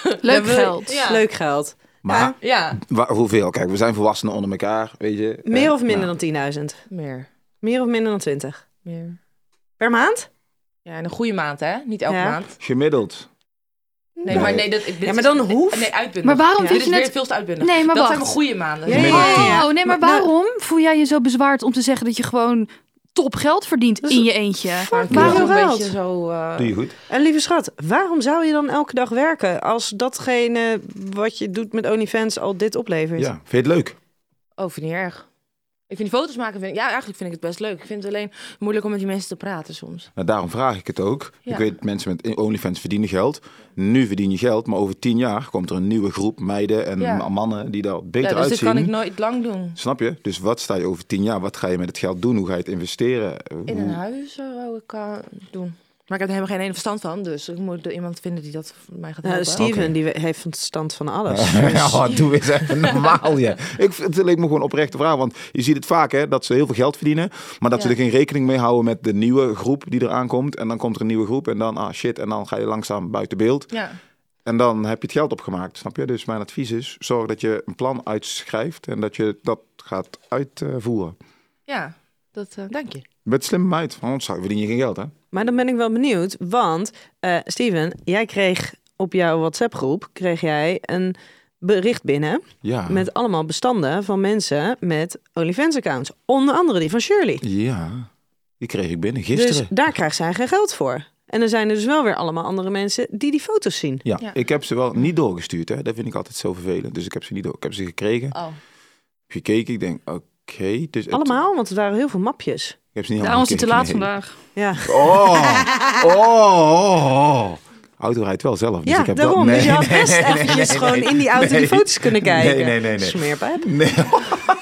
Leuk
Ja, we-
geld.
Ja.
Leuk geld.
Maar
Ja,
wa- hoeveel? Kijk, we zijn volwassenen onder elkaar, weet je.
Meer
Eh,
of minder dan
nou,
10.000?
meer.
Meer of minder dan 20?
meer.
Per maand?
Ja, en een goede maand, hè? Niet elke
Ja.
maand.
Gemiddeld.
Nee,
Nee.
maar nee, dat, dit
Ja, maar dan
is-
hoeft-
Nee, uitbundig.
Maar waarom
Ja.
vind
Dit
je
is
het-
weer veel te uitbundig.
Nee, maar
dat
wacht.
zijn mijn goede maanden.
Ja, ja, ja, ja.
Oh, nee, maar
Maar nou-
waarom voel jij je zo bezwaard om te zeggen dat je gewoon top geld verdient
Dat is-
in je eentje?
Fuck
Waarom
you.
een
Geld.
beetje zo... eh,
Doe je goed.
En lieve schat, waarom zou je dan elke dag werken als datgene wat je doet met OnlyFans al dit oplevert?
Ja. Vind je het leuk?
Oh, vind je niet erg. Ik vind die foto's maken, vind ik, ja, eigenlijk vind ik het best leuk. Ik vind het alleen moeilijk om met die mensen te praten soms.
Nou, daarom vraag ik het ook.
Ja.
Ik weet, mensen met OnlyFans verdienen geld. Nu verdien je geld, maar over tien jaar komt er een nieuwe groep meiden en
Ja.
ma- mannen die daar
Ja,
beter
dus dit
uitzien.
kan ik nooit lang doen.
Snap je? Dus wat sta je over tien jaar? Wat ga je met het geld doen? Hoe ga je het investeren?
In
Mm.
een huis eh, wou ik eh, doen. Maar ik heb er helemaal geen ene verstand van, dus ik moet er iemand vinden die dat voor mij gaat
Nou,
helpen.
Steven die we- heeft verstand van alles. Dus-
Ja, doe eens even normaal, ja. Ik, het leek me gewoon oprechte vraag, want je ziet het vaak, hè, dat ze heel veel geld verdienen, maar dat ze
Ja.
er geen rekening mee houden met de nieuwe groep die eraan komt. En dan komt er een nieuwe groep en dan, ah shit, en dan ga je langzaam buiten beeld.
Ja.
En dan heb je het geld opgemaakt, snap je? Dus mijn advies is, zorg dat je een plan uitschrijft en dat je dat gaat uitvoeren.
ja, dat eh, dank je.
Je bent slim meid, want anders zou- verdien je geen geld, hè?
Maar dan ben ik wel benieuwd, want eh, Steven, jij kreeg op jouw WhatsApp-groep kreeg jij een bericht binnen
Ja.
met allemaal bestanden van mensen met OnlyFans-accounts, onder andere die van Shirley.
Ja, die kreeg ik binnen gisteren.
Dus daar krijgt zij geen geld voor. En er zijn er dus wel weer allemaal andere mensen die die foto's zien.
Ja,
Ja.
ik heb ze wel niet doorgestuurd. Hè. Dat vind ik altijd zo vervelend. Dus ik heb ze niet door. Ik heb ze gekregen,
Oh.
gekeken. Ik denk, oké. dus het-
Allemaal, want het waren heel veel mapjes.
Ik heb ze niet
Daarom is het te laat
allemaal
vandaag.
Ja,
gekeken. Nee. Oh, oh, oh. Auto rijdt wel zelf. Dus
ja
ik heb
daarom.
Wel... Nee,
dus je had
nee,
best
nee,
eventjes
nee,
gewoon
nee.
in die auto
Nee.
die foto's kunnen kijken.
Nee, nee, nee. nee.
Smeerpijp.
Nee.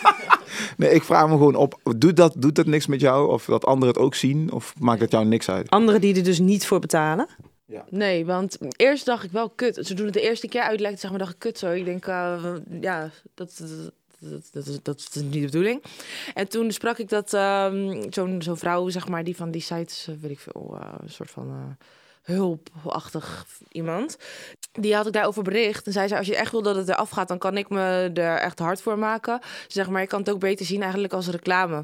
nee, ik vraag me gewoon op. Doet dat, doet dat niks met jou? Of dat anderen het ook zien? Of maakt het jou niks uit?
Anderen die er dus niet voor betalen.
Nee, want eerst dacht ik wel kut. Ze doen het de eerste keer uitlekt, zeg maar, dacht ik kut zo. Ik denk, eh, ja, dat, dat, dat, dat, is- dat is niet de bedoeling. En toen sprak ik dat ehm, zo'n zo'n vrouw, zeg maar, die van die sites, eh, weet ik veel, eh, een soort van eh, hulpachtig iemand. Die had ik daarover bericht. En zij zei, als je echt wil dat het eraf gaat, dan kan ik me er echt hard voor maken. Ze zegt, maar je kan het ook beter zien eigenlijk als reclame.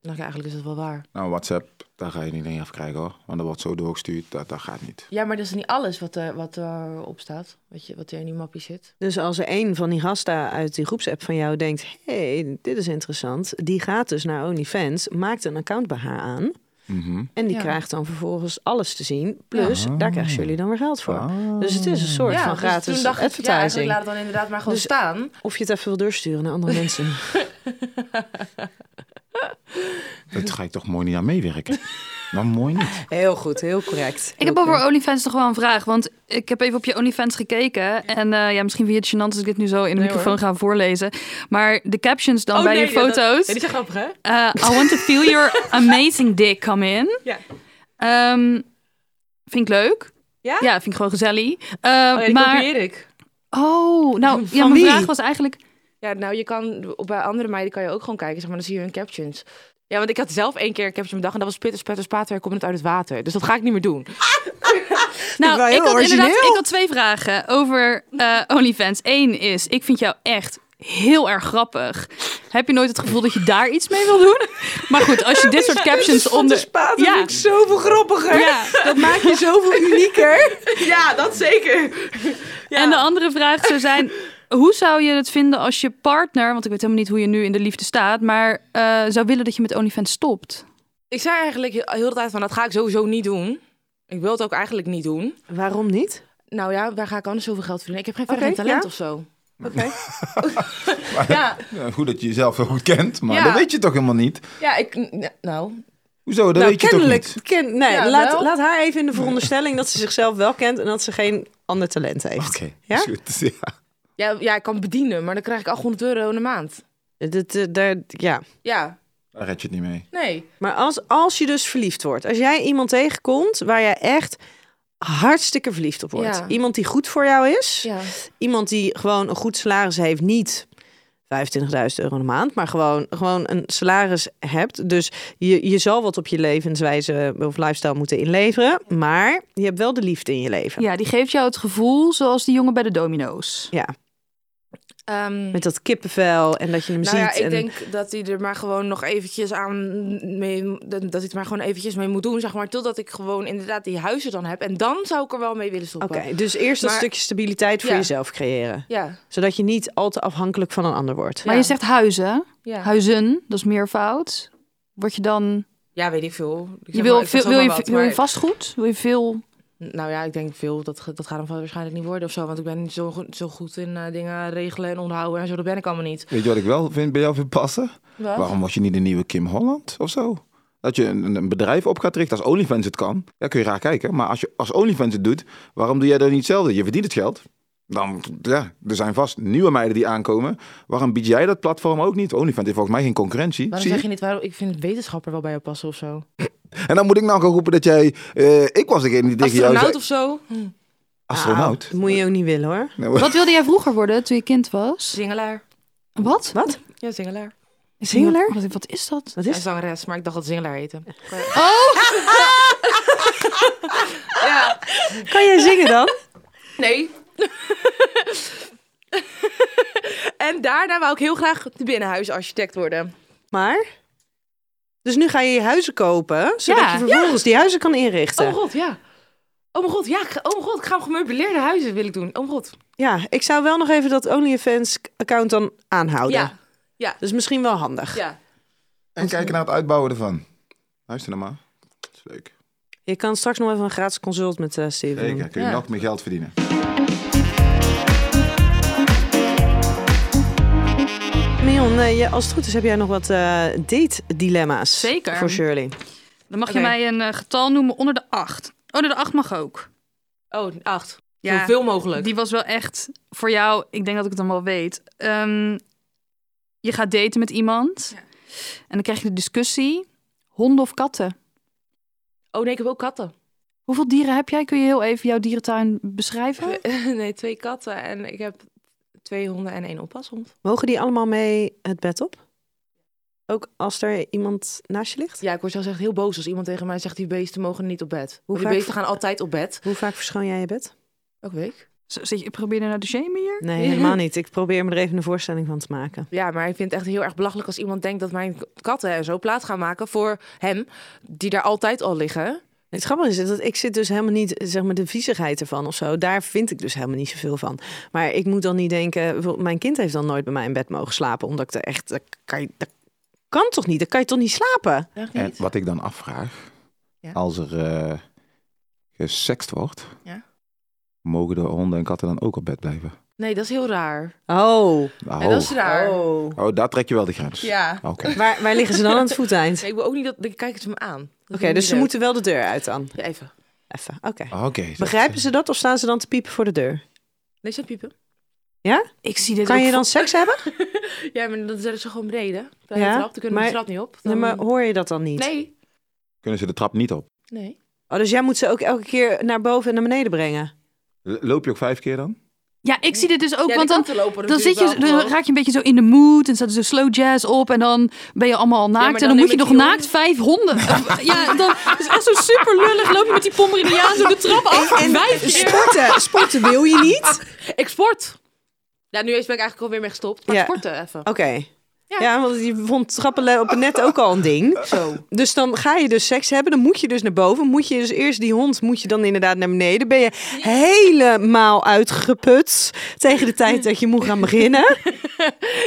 Dan dacht ik, eigenlijk is dat wel waar.
Nou, WhatsApp, daar ga je niet in afkrijgen hoor. Want dat wordt zo doorgestuurd. Dat, dat gaat niet.
Ja, maar dat is niet alles wat, eh wat erop staat. Wat, je, wat er in die mappie zit.
Dus als er een van die gasten uit die groepsapp van jou denkt... hé, hey, dit is interessant, die gaat dus naar OnlyFans... maakt een account bij haar aan...
Mhm.
en die
Ja.
krijgt dan vervolgens alles te zien. Plus, daar krijgen jullie dan weer geld voor.
Ah.
Dus het is een soort van
dus
gratis
toen dacht ik, ja, eigenlijk
advertising.
laat het dan inderdaad maar gewoon
Dus-
staan.
Of je het even wil doorsturen naar andere mensen.
Dat ga ik toch mooi niet aan meewerken. Nou, mooi niet.
Heel goed, heel correct.
Ik heb over OnlyFans toch wel een vraag. Want ik heb even op je OnlyFans gekeken. En eh, ja, misschien vind je het gênant als ik dit nu zo in de
Nee, Oh,
microfoon ga voorlezen. Maar de captions dan bij je foto's.
die zijn grappig, hè? Oh,
Eh, I want to feel your amazing dick come in.
Ja.
Ehm, vind ik leuk.
Ja?
Ja, vind ik gewoon gezellig. Eh,
Oh, ja, die
maar,
kopieer ik.
oh, nou, ja,
Van
mijn
wie?
vraag was eigenlijk...
Ja, nou, je kan, op- bij andere meiden kan je ook gewoon kijken, zeg maar, dan zie je hun captions. Ja, want ik had zelf één keer een caption op een dag en dat was pitter, spetter, spaatwerk, komt het uit het water. Dus dat ga ik niet meer doen.
wel
Nou, ik
heel
had inderdaad
origineel.
ik had twee vragen over eh, OnlyFans. Eén is, ik vind jou echt heel erg grappig. Heb je nooit het gevoel dat je daar iets mee wil doen? Maar goed, als je dit soort captions onder...
spaat
Ja.
vind ik zoveel grappiger.
Ja.
Dat maakt je zoveel unieker.
Ja, dat zeker. Ja.
En de andere vraag zou zijn... Hoe zou je het vinden als je partner, want ik weet helemaal niet hoe je nu in de liefde staat, maar eh, zou willen dat je met OnlyFans stopt?
Ik zei eigenlijk heel heel de tijd van, dat ga ik sowieso niet doen. Ik wil het ook eigenlijk niet doen.
Waarom niet?
Nou ja, waar ga ik anders zoveel geld verdienen? Ik heb geen verder
Oké,
geen talent
ja.
of zo.
Oké.
Ja,
Ja, goed dat je jezelf zo goed kent, maar
Ja.
dat weet je toch helemaal niet?
ja, ik... Nou,
Hoezo, dat
nou,
weet je
kennelijk.
toch niet?
ken- nee,
Ja,
laat,
wel.
laat haar even in de veronderstelling dat ze zichzelf wel kent en dat ze geen ander talent heeft.
Oké,
Ja?
is goed. Ja.
ja, ja, ik kan bedienen, maar dan krijg ik 800 euro in de maand.
Dat, eh, daar, ja.
Ja,
Daar red je het niet mee.
nee.
Maar als, als je dus verliefd wordt, als jij iemand tegenkomt waar jij echt hartstikke verliefd op wordt.
Ja.
Iemand die goed voor jou is.
Ja.
Iemand die gewoon een goed salaris heeft, niet 25.000 euro in de maand, maar gewoon, gewoon een salaris hebt. Dus je, je zal wat op je levenswijze of lifestyle moeten inleveren, maar je hebt wel de liefde in je leven.
Ja, die geeft jou het gevoel zoals die jongen bij de domino's.
Ja,
Ehm,
met dat kippenvel en dat je hem
nou
ziet.
ja, ik
en...
denk dat hij er maar gewoon nog eventjes aan mee, dat hij het maar gewoon eventjes mee moet doen, zeg maar, totdat ik gewoon inderdaad die huizen dan heb. En dan zou ik er wel mee willen stoppen.
Oké, dus eerst dat
Maar-
stukje stabiliteit voor
Ja.
jezelf creëren.
Ja,
Zodat je niet al te afhankelijk van een ander wordt.
Maar
Ja.
je zegt huizen,
ja.
huizen, dat is meervoud. Word je dan...
ja, weet ik veel. Ik zeg
Je wil,
maar, ik zeg
veel, wil,
maar
je,
wat,
wil je
maar-
vastgoed? Wil je veel
Nou ja, ik denk veel. Dat, ge- dat gaat hem waarschijnlijk niet worden of zo. Want ik ben niet zo, goed- zo goed in eh, dingen regelen en onderhouden en zo. Dat ben ik allemaal niet.
Weet je wat ik wel vind bij jou vind passen? Waarom was je niet de nieuwe Kim Holland of zo? Dat je een, een bedrijf op gaat richten als OnlyFans het kan. Ja, kun je raar kijken. Maar als je als OnlyFans het doet, waarom doe jij dan niet hetzelfde? Je verdient het geld. Dan, ja, er zijn vast nieuwe meiden die aankomen. Waarom bied jij dat platform ook niet? OnlyFans heeft volgens mij geen concurrentie.
Waarom
Zie
zeg
je?
je niet waarom? Ik vind wetenschapper wel bij jou passen of zo.
En dan moet ik nou gaan roepen dat jij... eh, ik was degene die tegen jou
Astronaut Ah.
zei...
of zo?
Astronaut?
Ah,
Nou,
moet je ook niet willen hoor.
Nee,
Wat wilde jij vroeger worden toen je kind was?
Zingelaar.
Wat?
Wat?
Ja, zingelaar.
Singular?
Wat, wat is dat?
Wat
Ja,
is
zangeres, maar ik dacht dat zingelaar heette. Oh!
dat? Kan jij zingen dan?
Nee. en daarna wou ik heel graag de binnenhuisarchitect worden.
Maar? Dus nu ga je je huizen kopen, zodat
Ja.
je vervolgens die huizen kan inrichten.
Oh mijn god, ja. Oh mijn god, ja. ik ga- Oh mijn god, ik ga gemeubileerde huizen wil ik doen. Oh mijn god.
Ja, ik zou wel nog even dat OnlyFans-account dan aanhouden.
Ja.
Dat is misschien wel handig.
Ja.
En kijken naar het uitbouwen ervan. Luister nou maar. Dat is leuk.
Je kan straks nog even een gratis consult met eh Steven doen.
Zeker, kun je
Ja.
nog meer geld verdienen.
Mion, eh, je- als het goed is heb jij nog wat eh, date-dilemma's.
Zeker.
Voor Shirley.
Dan mag
Oké.
je mij een eh, getal noemen onder de 8. Onder de 8 mag ook.
Oh, acht.
Ja,
Zoveel mogelijk.
die was wel echt voor jou. Ik denk dat ik het dan wel weet. Ehm, je gaat daten met iemand.
Ja.
En dan krijg je de discussie. Honden of katten?
Oh nee, ik heb ook katten.
Hoeveel dieren heb jij? Kun je heel even jouw dierentuin beschrijven?
nee, twee katten en ik heb twee honden en één oppashond.
Mogen die allemaal mee het bed op? Ook als er iemand naast je ligt?
Ja, ik word zelfs echt heel boos als iemand tegen mij zegt die beesten mogen niet op bed. Want die
vaak-
beesten gaan altijd op bed.
Hoe vaak verschoon jij je bed?
Elke week.
Zo- Zit je, probeer je nou de shame hier?
Nee, helemaal niet. Ik probeer me er even een voorstelling van te maken.
Ja, maar ik vind het echt heel erg belachelijk als iemand denkt dat mijn katten en zo plaats gaan maken voor hem, die daar altijd al liggen.
Het grappige is dat ik zit dus helemaal niet, zeg maar, de viezigheid ervan of zo. Daar vind ik dus helemaal niet zoveel van. Maar ik moet dan niet denken, bijvoorbeeld, mijn kind heeft dan nooit bij mij in bed mogen slapen. Omdat ik er echt, dat kan, je- dat kan toch niet? Dat kan je toch niet slapen?
Echt
En wat ik dan afvraag,
Ja.
als er eh gesext wordt,
Ja.
mogen de honden en katten dan ook op bed blijven?
Nee, dat is heel raar.
Oh.
Oh,
En dat is raar.
oh.
oh daar trek je wel de grens.
Ja.
Oké.
Waar, waar liggen ze dan aan het voeteind?
Nee, ik wil ook niet dat. Ik kijk het hem aan. Dat
Oké,
vind ik
dus
niet
ze
leuk.
moeten wel de deur uit dan.
Ja, even.
Even, oké.
Oké.
Begrijpen ze dat of staan ze dan te piepen voor de deur?
Nee, ze piepen.
Ik zie dit
Kan
ook
je
voor-
dan seks hebben?
Ja, maar dan zetten ze gewoon beneden. Bij
Ja,
de trap. Dan kunnen we
maar-
de trap niet op.
Nee,
Dan-
maar hoor je dat dan niet?
nee.
Kunnen ze de trap niet op?
Nee.
Oh, dus jij moet ze ook elke keer naar boven en naar beneden brengen?
L- Loop je ook vijf keer dan?
Ja, ik zie dit dus ook. want dan,
lopen,
dan, zit je, dan raak je een beetje zo in de mood. En staat er zo slow jazz op. En dan ben je allemaal naakt.
maar
en
dan
dan moet je
neem ik
nog
die
naakt vijf honden. Of, ja, dan is echt zo super lullig. Loop je met die Pomeraniaan zo de trap af. Vijf keer.
Sporten, sporten wil je niet?
Ik sport. Ja, nu eens ben ik eigenlijk alweer mee gestopt. Maar
Ja.
sporten even.
Oké. Ja. want je vond trappelen op het net ook al een ding. Zo. Dus dan ga je dus seks hebben, dan moet je dus naar boven. Moet je dus eerst die hond, moet je dan inderdaad naar beneden. Ben je helemaal uitgeput tegen de tijd dat je moet gaan beginnen.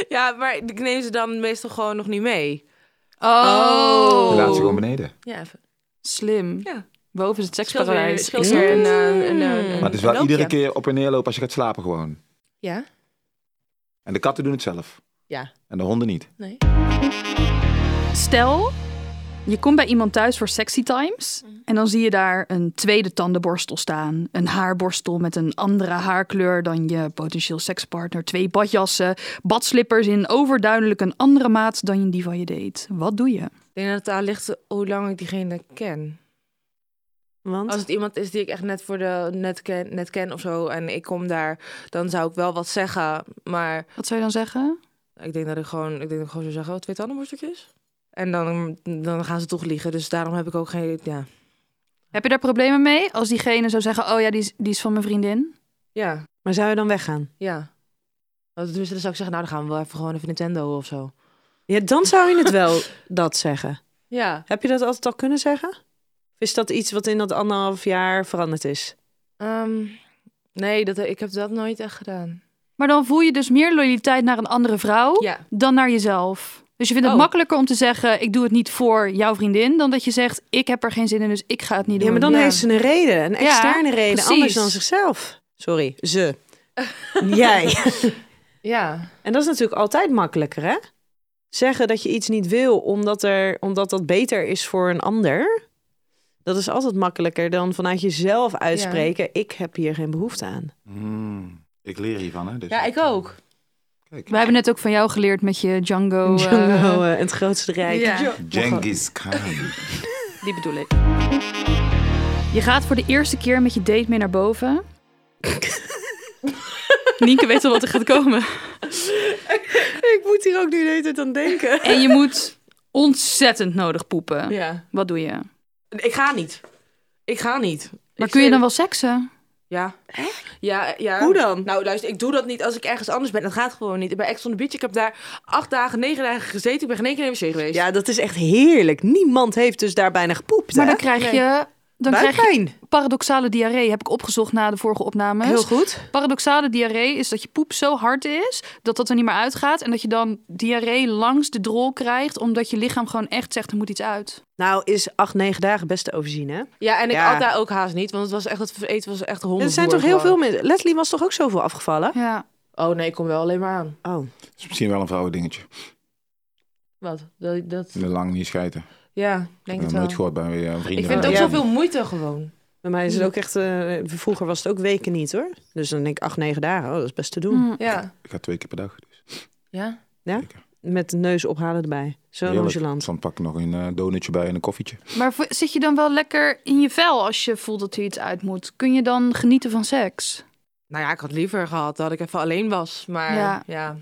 Ja, maar ik neem ze dan meestal gewoon nog niet mee.
Je Laat ze
Oh.
gewoon beneden.
Ja, even.
Slim.
Ja.
Boven is het
Scheelt weer,
seksparadijs.
het scheelt weer een, eh, een, eh, een-
Maar het is wel
een
iedere
loopje.
keer op en neer lopen als je gaat slapen gewoon.
Ja.
En de katten doen het zelf.
Ja.
En de honden niet.
Nee.
Stel, je komt bij iemand thuis voor sexy times. En dan zie je daar een tweede tandenborstel staan. Een haarborstel met een andere haarkleur dan je potentieel sekspartner. Twee badjassen, badslippers in overduidelijk een andere maat dan die van je date. Wat doe je?
Ik denk dat het aan ligt hoe lang ik diegene ken.
Want
Als het iemand is die ik echt net voor de net ken, net ken of zo en ik kom daar, dan zou ik wel wat zeggen. Maar
Wat zou je dan zeggen?
ik denk dat ik gewoon, ik denk dat ik gewoon zou zeggen, oh, twee tandenborsteltjes. En dan, dan gaan ze toch liegen. Dus daarom heb ik ook geen, ja.
Heb je daar problemen mee als diegene zou zeggen: Oh ja, die is, die is van mijn vriendin?
Ja.
Maar zou je dan weggaan?
Ja. Nou, Tenminste, dan zou ik zeggen, nou, dan gaan we wel even gewoon even Nintendo of zo.
Ja, dan zou je het wel dat zeggen.
Ja.
Heb je dat altijd al kunnen zeggen? Of is dat iets wat in dat anderhalf jaar veranderd is?
Ehm, nee, dat, ik heb dat nooit echt gedaan.
Maar dan voel je dus meer loyaliteit naar een andere vrouw
Ja.
dan naar jezelf. Dus je vindt het
Oh.
makkelijker om te zeggen: ik doe het niet voor jouw vriendin, dan dat je zegt: ik heb er geen zin in, dus ik ga het niet doen.
Ja, maar dan
Ja.
heeft ze een reden, een
Ja,
externe reden,
precies.
anders dan zichzelf. Sorry, ze. Jij.
Ja.
En dat is natuurlijk altijd makkelijker, hè? Zeggen dat je iets niet wil omdat, er, omdat dat beter is voor een ander. Dat is altijd makkelijker dan vanuit jezelf uitspreken: ik heb hier geen behoefte aan.
Hmm, ik leer hiervan, hè? Dus
ja, ik ook.
Kijk.
We hebben net ook van jou geleerd met je Django. eh,
Django, eh, het grootste rijk.
ja.
Genghis Khan.
Die bedoel ik. Je gaat voor de eerste keer met je date mee naar boven. Nienke weet al wat er gaat komen.
Ik moet hier ook nu de hele tijd aan denken.
En je moet ontzettend nodig poepen.
Ja.
Wat doe je?
Ik ga niet. Ik ga niet.
Maar
Ik
kun je
zeg-
dan wel seksen?
Ja. ja. Ja.
Hoe dan?
Nou, luister, ik doe dat niet als ik ergens anders ben. Dat gaat gewoon niet. Ik ben echt on the beach. Ik heb daar acht dagen, negen dagen gezeten. Ik ben geen enkele NWC geweest.
Ja, dat is echt heerlijk. Niemand heeft dus daar bijna gepoept.
Maar
hè?
dan krijg je, dan krijg je
Buikpijn.
paradoxale diarree. Heb ik opgezocht na de vorige opnames.
Heel goed.
Paradoxale diarree is dat je poep zo hard is dat dat er niet meer uitgaat. En dat je dan diarree langs de drol krijgt, omdat je lichaam gewoon echt zegt er moet iets uit.
Nou, is acht, negen dagen best te overzien, hè?
Ja, en ik
Ja.
had daar ook haast niet. Want het was echt, het eten was echt honden.
Er zijn toch heel veel mensen. Leslie was toch ook zoveel afgevallen?
Ja.
Oh nee, ik kom wel alleen maar aan.
Oh,
Dat is misschien wel een vrouwendingetje.
Wat? Dat, dat...
Lang niet schijten.
Ja,
Ik heb
denk het
nog
wel.
nooit gehoord bij eh, vrienden.
Ik vind het ook
Ja.
zoveel moeite gewoon.
bij mij is het ook echt. eh, vroeger was het ook weken niet, hoor. Dus dan denk ik acht, negen dagen. Oh, dat is best te doen.
Mm.
Ja.
Ik ga twee keer per dag. Dus.
Ja.
Met de neus ophalen erbij. Zo
Heerlijk.
nonchalant.
Dan pak ik nog een eh, donutje bij en een koffietje.
Maar vo- zit je dan wel lekker in je vel als je voelt dat er iets uit moet? Kun je dan genieten van seks?
Nou ja, ik had liever gehad dat ik even alleen was. Maar
Ja.
ja. Oh,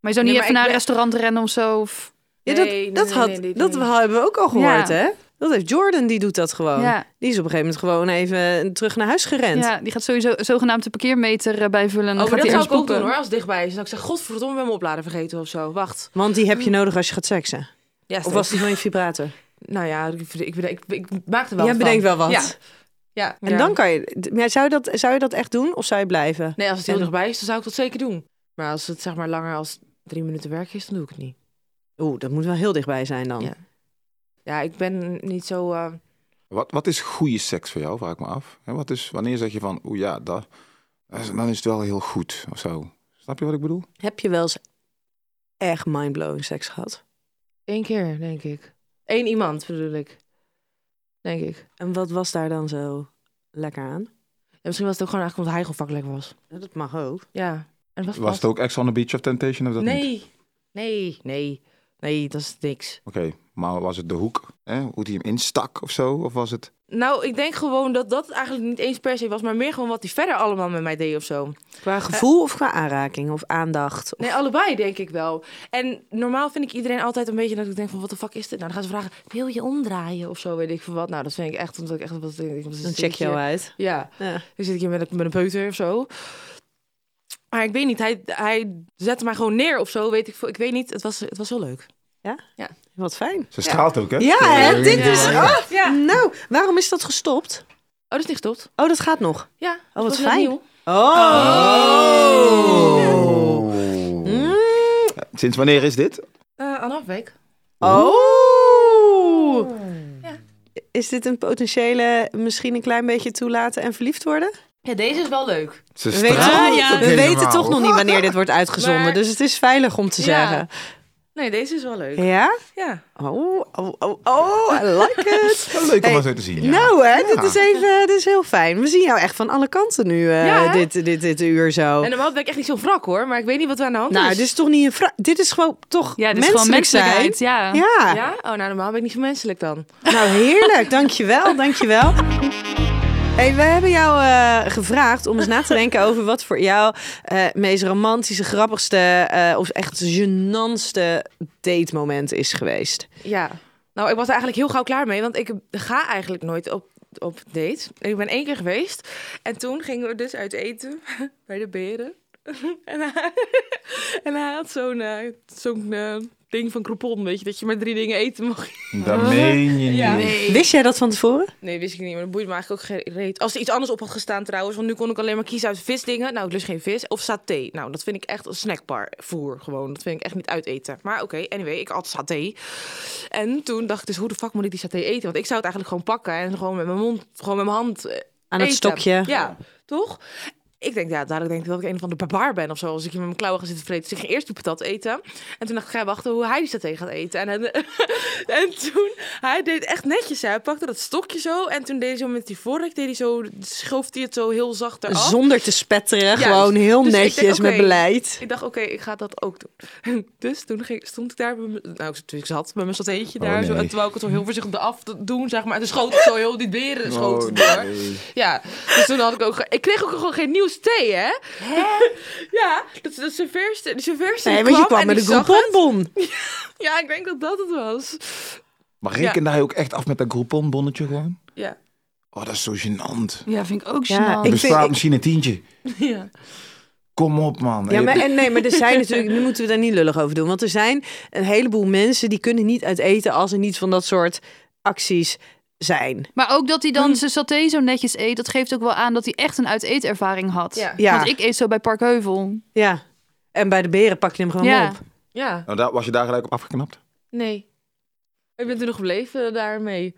Maar je zou niet
Nee, maar
even
ik
naar een
ben-
restaurant rennen of zo? Of...
ja, dat,
Nee,
dat,
nee,
had,
nee, nee,
dat
nee.
hebben we ook al gehoord,
Ja.
hè? Dat heeft Jordan, die doet dat
Oh,
gewoon.
Ja,
Die is op een gegeven moment gewoon even eh, terug naar huis gerend.
ja, die gaat sowieso zogenaamd de parkeermeter eh, bijvullen. En
Oh,
dan
maar
gaat
dat
hij
zou
eerst
ik ook doen
poepen.
hoor, als het dichtbij is. Dan ik zeg, godverdomme, ik ben mijn oplader vergeten of zo. Wacht.
Want die heb je nodig als je gaat seksen.
Ja,
Of
steeds.
was die van je vibrator?
Nou ja, ik, ik, ik, ik, ik maak er wel
Jij
wat
bedenkt
van.
wel wat.
Ja. Ja.
En
Ja.
dan kan je... d- Maar zou, je dat, zou je dat echt doen of zou je blijven?
Nee, als het
En-
heel dichtbij is, dan zou ik dat zeker doen. Maar als het zeg maar langer als drie minuten werk is, dan doe ik het niet.
Oeh, dat moet wel heel dichtbij zijn dan.
Ja. Ja, ik ben niet zo... eh,
Wat, wat is goede seks voor jou, vraag ik me af. En wat is, wanneer zeg je van, oeh ja, dat, dat is- dan is het wel heel goed of zo. Snap je wat ik bedoel?
Heb je wel eens echt mindblowing seks gehad?
één keer, denk ik. Eén iemand, bedoel ik. Denk ik.
En wat was daar dan zo lekker aan?
Ja, misschien was het ook gewoon eigenlijk omdat hij gewoon fucking lekker was.
Dat mag ook.
Ja. En het was,
Was het ook Ex on the Beach of Temptation of dat niet?
Nee. Nee, nee. Nee, dat is niks.
Oké, maar was het de hoek? Hè? Hoe die hem instak of zo? Of was het...
Nou, ik denk gewoon dat dat eigenlijk niet eens per se was, maar meer gewoon wat hij verder allemaal met mij deed of zo.
Qua gevoel of qua aanraking of aandacht?
Nee, allebei denk ik wel. En normaal vind ik iedereen altijd een beetje dat ik denk van wat de fuck is dit? Nou, dan gaan ze vragen, wil je omdraaien of zo, weet ik veel wat. Nou, dat vind ik echt, omdat ik echt wat denk.
Dan check je jou uit.
Ja,
Ja.
dan zit ik hier met een, met een peuter of zo. Maar ik weet niet, hij, hij zette mij gewoon neer of zo, weet ik veel. Ik weet niet, het was, het was heel leuk.
Wat fijn.
Ze straalt ook, hè? Eh,
Ja, hè? Dit is... Oh,
Ja.
Nou, waarom is dat gestopt?
Oh, dat is niet gestopt.
Oh, dat gaat nog.
Ja.
wat
was net
fijn.
nieuw.
Oh.
Oh.
Mm.
Sinds wanneer is dit?
Eh, Anderhalf week.
Oh.
Ja.
Is dit een potentiële misschien een klein beetje toelaten en verliefd worden?
Ja, deze is wel leuk.
Ze
We weten,
straalt
Ah, ja.
ook
we
helemaal.
weten toch nog niet wanneer dit wordt uitgezonden,
Maar-
dus het is veilig om te
Ja.
zeggen.
Nee, deze is wel leuk.
Ja?
Ja.
Oh, oh, oh, oh, I like it.
Wel Leuk om
Hey,
dat zo te zien, ja.
Nou hè, dit
Ja.
is even, dit is heel fijn. We zien jou echt van alle kanten nu, eh,
Ja, hè?
dit, dit, dit uur zo.
En normaal ben ik echt niet zo wrak hoor, maar ik weet niet wat er aan de hand
nou,
is.
dit is toch niet een vra- Dit is gewoon toch
Ja, dit is
menselijk
gewoon menselijkheid. Ja.
zijn. Ja.
Ja? Oh, nou normaal ben ik niet zo menselijk dan.
Nou, heerlijk. Dankjewel, dankjewel. Hey, we hebben jou eh, gevraagd om eens na te denken over wat voor jou eh meest romantische, grappigste eh, of echt genantste datemoment is geweest.
Ja. Nou, ik was er eigenlijk heel gauw klaar mee, want ik ga eigenlijk nooit op, op date. Ik ben één keer geweest en toen gingen we dus uit eten bij de beren. en, hij, en hij had zo'n eh, zo'n eh, ding van Groupon, weet je, dat je maar drie dingen eten mag.
Dat meen je niet.
Ja.
Wist jij dat van tevoren?
Nee, wist ik niet, maar dat boeit me eigenlijk ook geen reet. Als er iets anders op had gestaan trouwens, want nu kon ik alleen maar kiezen uit visdingen. Nou, ik lust geen vis. Of saté. Nou, dat vind ik echt een snackbar voer gewoon. Dat vind ik echt niet uiteten. Maar oké, anyway, ik at saté. En toen dacht ik dus, hoe de fuck moet ik die saté eten? Want ik zou het eigenlijk gewoon pakken en gewoon met mijn mond, gewoon met mijn hand eh,
Aan het
eten.
stokje.
Ja, toch? Ik denk, ja, dadelijk denk ik dat ik een van de barbaar ben of zo. Als ik hier met mijn klauwen ga zitten vreten. Dus ik ging eerst die patat eten. En toen dacht ik, ga wachten hoe hij die saté gaat eten. En, en, en toen, hij deed echt netjes. hè. Hij pakte dat stokje zo. En toen deed hij zo met die vork, deed hij zo, schoof hij het zo heel zacht eraf.
Zonder te spetteren,
Juist.
gewoon heel
Dus ik denk,
netjes met
oké.
beleid.
Ik dacht, oké, ik ga dat ook doen. Dus toen ging, stond ik daar, met mijn- nou, ik- ik zat met mijn satéetje
Oh,
daar. zo,
nee.
en terwijl ik het zo heel voorzichtig af doen, zeg maar. En toen schoot het zo heel die beren schoot
Oh,
het door.
nee.
Ja, dus toen had ik ook... ge- Ik kreeg ook gewoon geen nieuws thee, hè? ja, dat, dat serveerste, de serveerste
Nee,
die
want je
kwam
kwam
en
met een
die zag het.
Grouponbon.
Ja, ik denk dat dat het was.
Maar rekende hij ook echt af met dat Groupon-bonnetje gewoon?
Ja.
Oh, dat is zo gênant.
Ja, vind ik ook
Ja,
gênant.
Er
ik-
bestaat
vind-
misschien een tientje.
ja.
Kom op, man.
Ja, maar, en nee, maar er zijn natuurlijk, nu moeten we daar niet lullig over doen. Want er zijn een heleboel mensen die kunnen niet uit eten als er niet van dat soort acties zijn.
Maar ook dat hij dan zijn saté zo netjes eet, dat geeft ook wel aan dat hij echt een uiteetervaring had.
Ja.
Ja.
Want ik eet zo bij Parkheuvel.
Ja. En bij de beren pak je hem gewoon
Ja.
op.
Ja,
Nou, daar, was je daar gelijk op afgeknapt?
nee. Ik ben toen nog gebleven daarmee.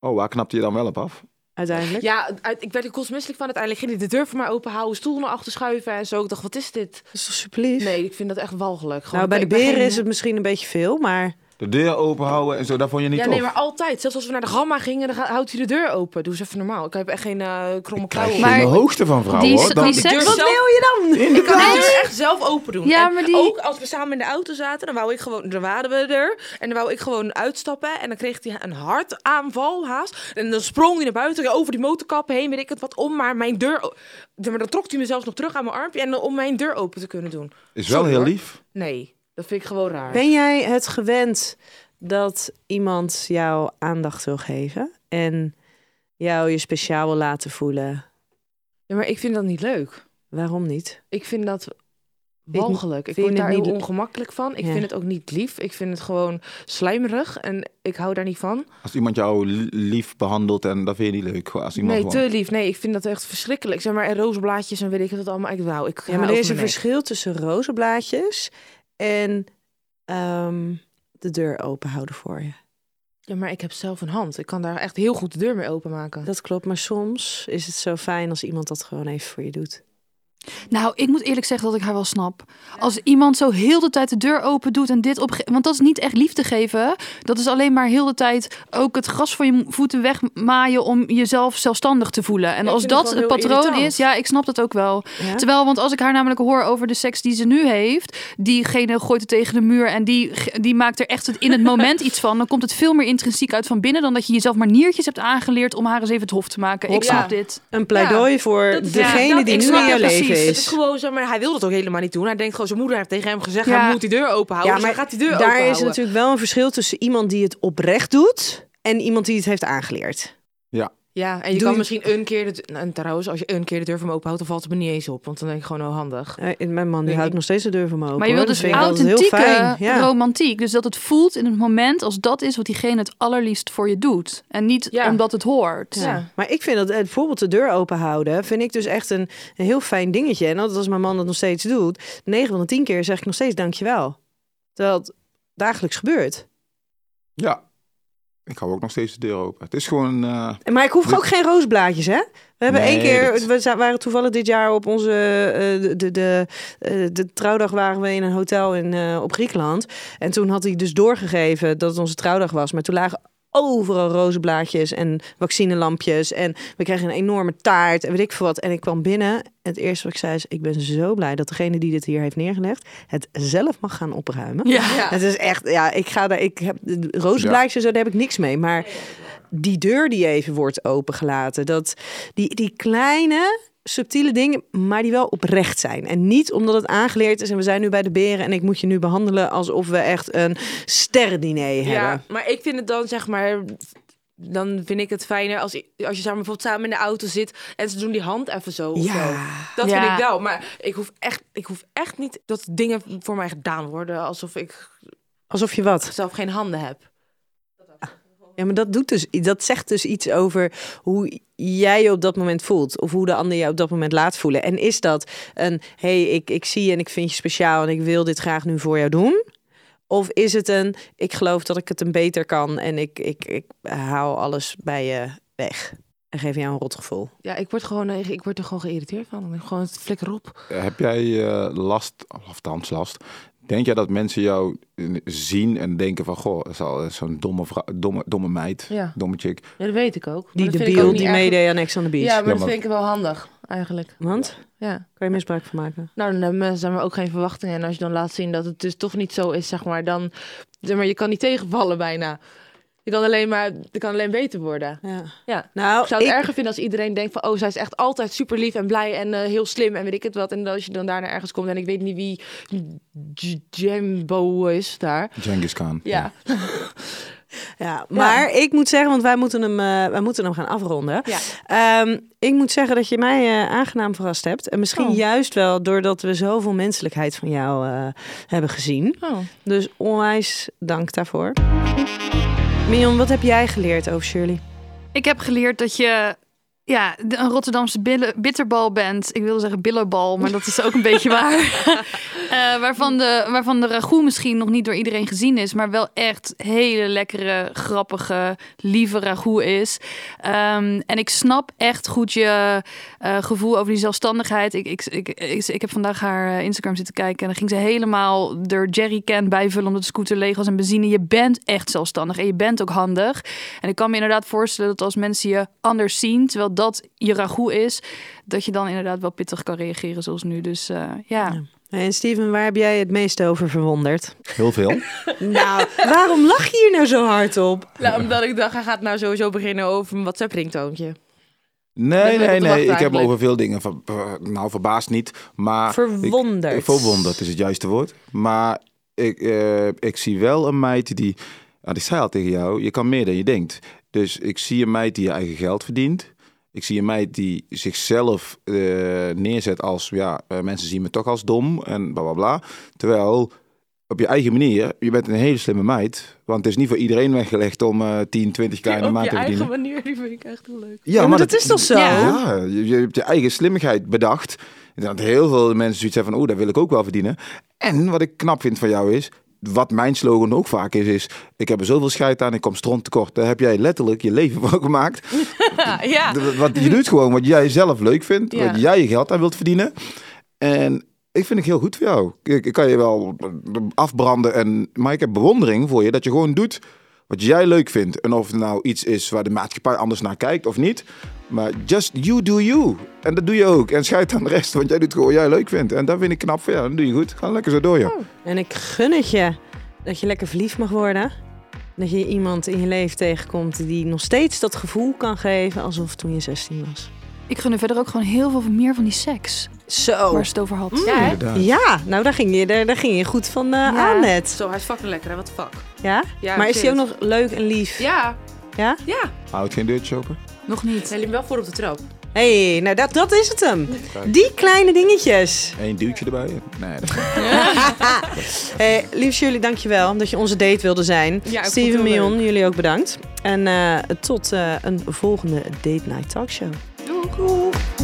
Oh, waar knapte je dan wel op af?
Uiteindelijk.
Ja, uit- ik werd er kotsmisselijk van. Uiteindelijk ging hij de deur voor mij open houden, stoel naar achter schuiven en zo. Ik dacht, wat is dit?
Dat is toch super lief?
Nee, ik vind dat echt walgelijk. Gewoon,
nou, bij de
ik ben
beren
geen-
is het misschien een beetje veel, maar
De deur openhouden en zo, dat vond je niet
Ja,
tof?
nee, maar altijd. Zelfs als we naar de gamma gingen, dan ga- houdt hij de deur open. Doe eens even normaal. Ik heb echt geen eh kromme
Krijg je
klauwen.
Maar-
de hoogte van vrouwen,
die
hoor. Dan-
die
de deur
seks...
Wat zelf- wil
je dan?
Ik kan
Nee.
de deur echt zelf open doen.
Ja,
En
maar die-
Ook als we samen in de auto zaten, dan wou ik gewoon, dan waren we er. En dan wou ik gewoon uitstappen. En dan kreeg hij een hartaanval haast. En dan sprong hij naar buiten, over die motorkap heen, weet ik het wat, om maar mijn deur... o- Maar dan trok hij me zelfs nog terug aan mijn armpje en om mijn deur open te kunnen doen.
Is wel
Sorry,
heel
hoor.
lief.
Nee, dat vind ik gewoon raar.
Ben jij het gewend dat iemand jou aandacht wil geven en jou je speciaal wil laten voelen?
Ja, maar ik vind dat niet leuk.
Waarom niet?
Ik vind dat
je het-
walgelijk. Ik
vind je
word
het
daar
niet
heel
le-
ongemakkelijk van. Ik
Ja.
vind het ook niet lief. Ik vind het gewoon slijmerig en ik hou daar niet van.
Als iemand jou li- lief behandelt en dat vind je niet leuk. Als iemand
Nee,
gewoon...
te lief. Nee, ik vind dat echt verschrikkelijk. Zeg maar, en rozenblaadjes en weet ik het allemaal. Ik wou, ik
Ja, maar er is een
verschil.
verschil tussen rozenblaadjes en ehm, de deur open houden voor je.
Ja, maar ik heb zelf een hand. Ik kan daar echt heel goed de deur mee openmaken.
Dat klopt, maar soms is het zo fijn als iemand dat gewoon even voor je doet.
Nou, ik moet eerlijk zeggen dat ik haar wel snap. Als iemand zo heel de tijd de deur open doet en dit op... Want dat is niet echt liefde geven. Dat is alleen maar heel de tijd ook het gras van je voeten wegmaaien... om jezelf zelfstandig te voelen. En
Ja, ik
als
vind het
dat
wel
het
heel
patroon
irritant.
is... Ja, ik snap dat ook wel.
Ja?
Terwijl, want als ik haar namelijk hoor over de seks die ze nu heeft, diegene gooit het tegen de muur en die, die maakt er echt het, in het moment iets van, dan komt het veel meer intrinsiek uit van binnen dan dat je jezelf maniertjes hebt aangeleerd om haar eens even het hof te maken. Ik
Hoppa.
snap dit.
Een pleidooi voor
Dat is-
degene
ja, dat-
die
ik
nu
snap
in jouw
het precies.
leven
Het is
is.
gewoon zo, maar hij wil dat ook helemaal niet doen. Hij denkt gewoon, zijn moeder heeft tegen hem gezegd,
Ja.
hij moet die deur openhouden. Ja, maar gaat die deur
daar
openhouden.
is natuurlijk wel een verschil tussen iemand die het oprecht doet en iemand die het heeft aangeleerd.
Ja, en je
Doe
kan
je-
misschien een keer... De... nou, En trouwens, als je een keer de deur van me openhoudt, dan valt het me niet eens op. Want dan denk ik gewoon, oh, handig.
Eh, Mijn man
Nee,
die houdt
ik-
nog steeds de deur voor me open.
Maar je
hoor.
wilt dus
Dat vind ik altijd heel
authentieke
fijn. Ja.
romantiek. Dus dat het voelt in het moment als dat is wat diegene het allerliefst voor je doet. En niet
Ja.
omdat het hoort.
Ja.
Maar ik vind dat eh, bijvoorbeeld de deur open houden, vind ik dus echt een, een heel fijn dingetje. En altijd als mijn man dat nog steeds doet, 9 van de 10 keer zeg ik nog steeds dankjewel. Terwijl het dagelijks gebeurt.
Ja. Ik hou ook nog steeds de deur open. Het is gewoon... eh,
En- Maar ik hoef ook geen roosblaadjes, hè? We hebben
Nee,
één keer,
dat-
we za- waren toevallig dit jaar op onze, eh, de, de, de, eh, de trouwdag waren we in een hotel in, eh, op Griekenland. En toen had hij dus doorgegeven dat het onze trouwdag was. Maar toen lagen overal rozenblaadjes en vaccinelampjes. En we kregen een enorme taart en weet ik veel wat. En ik kwam binnen en het eerste wat ik zei is, ik ben zo blij dat degene die dit hier heeft neergelegd, het zelf mag gaan opruimen.
Ja.
Het is echt, ja, ik ga daar, ik heb rozenblaadjes en zo, daar heb ik niks mee. Maar die deur die even wordt opengelaten, dat die, die kleine subtiele dingen, maar die wel oprecht zijn. En niet omdat het aangeleerd is en we zijn nu bij de beren en ik moet je nu behandelen alsof we echt een sterrendiner hebben.
Ja, maar ik vind het dan zeg maar. Dan vind ik het fijner als, als je samen, bijvoorbeeld samen in de auto zit en ze doen die hand even zo. of
Ja.
zo. Dat
Ja.
vind ik wel. Maar ik hoef, echt, ik hoef echt niet dat dingen voor mij gedaan worden alsof ik
Alsof je wat?
zelf geen handen heb.
Ja, maar dat, doet dus, dat zegt dus iets over hoe jij je op dat moment voelt. Of hoe de ander jou op dat moment laat voelen. En is dat een, hé, hey, ik, ik zie je en ik vind je speciaal en ik wil dit graag nu voor jou doen? Of is het een, ik geloof dat ik het een beter kan en ik, ik, ik haal alles bij je weg. En geef jou een rot gevoel.
Ja, ik word, gewoon, eh, ik word er gewoon geïrriteerd van. Ik ben gewoon flikker op.
Heb jij eh, last, of althans last, denk jij dat mensen jou eh, zien en denken van, goh, dat is al zo'n domme, vrou- domme, domme meid,
Ja.
domme chick.
Ja, dat weet ik ook. Maar
Die
dat vind ik
debiel
ook niet
die
erg.
meedeed aan Ex on the Beach.
Ja, maar dat
maar-
vind ik wel handig, eigenlijk.
Want?
Ja.
Kan je misbruik van maken?
Nou, dan hebben mensen maar ook geen verwachtingen. En als je dan laat zien dat het dus toch niet zo is, zeg maar, dan... Zeg maar, je kan niet tegenvallen bijna. Je kan alleen maar... Je kan alleen beter worden.
Ja.
Ja.
Nou,
Oh, Ik zou het erger vinden als iedereen denkt van... Oh, zij is echt altijd super lief en blij en eh, heel slim en weet ik het wat. En als je dan daarna ergens komt en ik weet niet wie J- Jambo is daar.
Genghis Khan.
Ja.
Ja, maar ik moet zeggen, want wij moeten hem, eh, wij moeten hem gaan afronden.
Ja.
Ehm, ik moet zeggen dat je mij eh, aangenaam verrast hebt. En misschien
Oh.
juist wel doordat we zoveel menselijkheid van jou eh, hebben gezien.
Oh.
Dus onwijs dank daarvoor. Mion, wat heb jij geleerd over Shirley?
Ik heb geleerd dat je ja, de- een Rotterdamse bille- bitterbal bent. Ik wilde zeggen billerbal, maar dat is ook een beetje waar. Eh, waarvan, de, waarvan de ragout misschien nog niet door iedereen gezien is. Maar wel echt hele lekkere, grappige, lieve ragout is. Ehm, en ik snap echt goed je eh, gevoel over die zelfstandigheid. Ik, ik, ik, ik, ik heb vandaag haar eh, Instagram zitten kijken. En dan ging ze helemaal de jerrycan bijvullen omdat de scooter leeg was en benzine. Je bent echt zelfstandig en je bent ook handig. En ik kan me inderdaad voorstellen dat als mensen je anders zien, terwijl dat je ragout is, dat je dan inderdaad wel pittig kan reageren zoals nu. Dus eh, ja.
En Steven, waar heb jij het meest over verwonderd?
Heel veel.
nou, waarom lach je hier nou zo hard op?
Nou, omdat ik dacht, hij gaat nou sowieso beginnen over mijn WhatsApp-ringtoontje.
Nee,
ben ik
nee,
op te wachten
nee. Ik heb me
eigenlijk.
over veel dingen, ver- ver- nou verbaasd niet, maar...
Verwonderd.
Ik, verwonderd is het juiste woord. Maar ik, eh, ik zie wel een meid die... Nou, die zei al tegen jou, je kan meer dan je denkt. Dus ik zie een meid die je eigen geld verdient. Ik zie een meid die zichzelf eh, neerzet als... Ja, eh, mensen zien me toch als dom en bla bla bla. Terwijl... Op je eigen manier, je bent een hele slimme meid. Want het is niet voor iedereen weggelegd om eh 10, 20 k in de
Op
maand
je
te verdienen.
eigen manier, die vind ik echt heel leuk.
Ja, maar dat is toch zo?
Ja, je, je hebt je eigen slimmigheid bedacht. En dat heel veel mensen zoiets hebben van, oeh, dat wil ik ook wel verdienen. En wat ik knap vind van jou is, wat mijn slogan ook vaak is, is... Ik heb er zoveel scheid aan, ik kom stront tekort. Daar heb jij letterlijk je leven van gemaakt.
Ja, Ah, ja.
D- Want je doet gewoon wat jij zelf leuk vindt,
Ja.
wat jij je geld aan wilt verdienen. En ik vind ik heel goed voor jou. Ik, ik kan je wel afbranden, en, maar ik heb bewondering voor je dat je gewoon doet wat jij leuk vindt. En of het nou iets is waar de maatschappij anders naar kijkt of niet. Maar just you do you. En dat doe je ook. En scheid aan de rest, want jij doet gewoon wat jij leuk vindt. En dat vind ik knap voor jou. Dat doe je goed. Ga lekker zo door, joh.
Oh,
En ik gun het je dat je lekker verliefd mag worden. Dat je iemand in je leven tegenkomt die nog steeds dat gevoel kan geven alsof toen je 16 was.
Ik gun er verder ook gewoon heel veel meer van die seks
Zo.
waar ze het over had.
Ja, hè?
Inderdaad.
Ja, nou daar ging je, daar, daar ging je goed van eh, aan net.
Zo, hij is fucking lekker, hè? Wat fuck.
Ja?
Ja,
maar is hij ook
shit.
nog leuk en lief?
Ja,
Ja?
ja.
Houd geen deurtje open.
Nog niet.
Hij liep wel voor op de trap.
Hé, hey, nou dat, dat is het hem. Die kleine dingetjes.
Eén duwtje erbij. Nee, dat-
Hey, liefst jullie, dankjewel omdat je onze date wilde zijn.
vond het
Steven
heel
Mion, jullie ook bedankt. En eh, tot eh, een volgende Date Night Talkshow.
Doeg.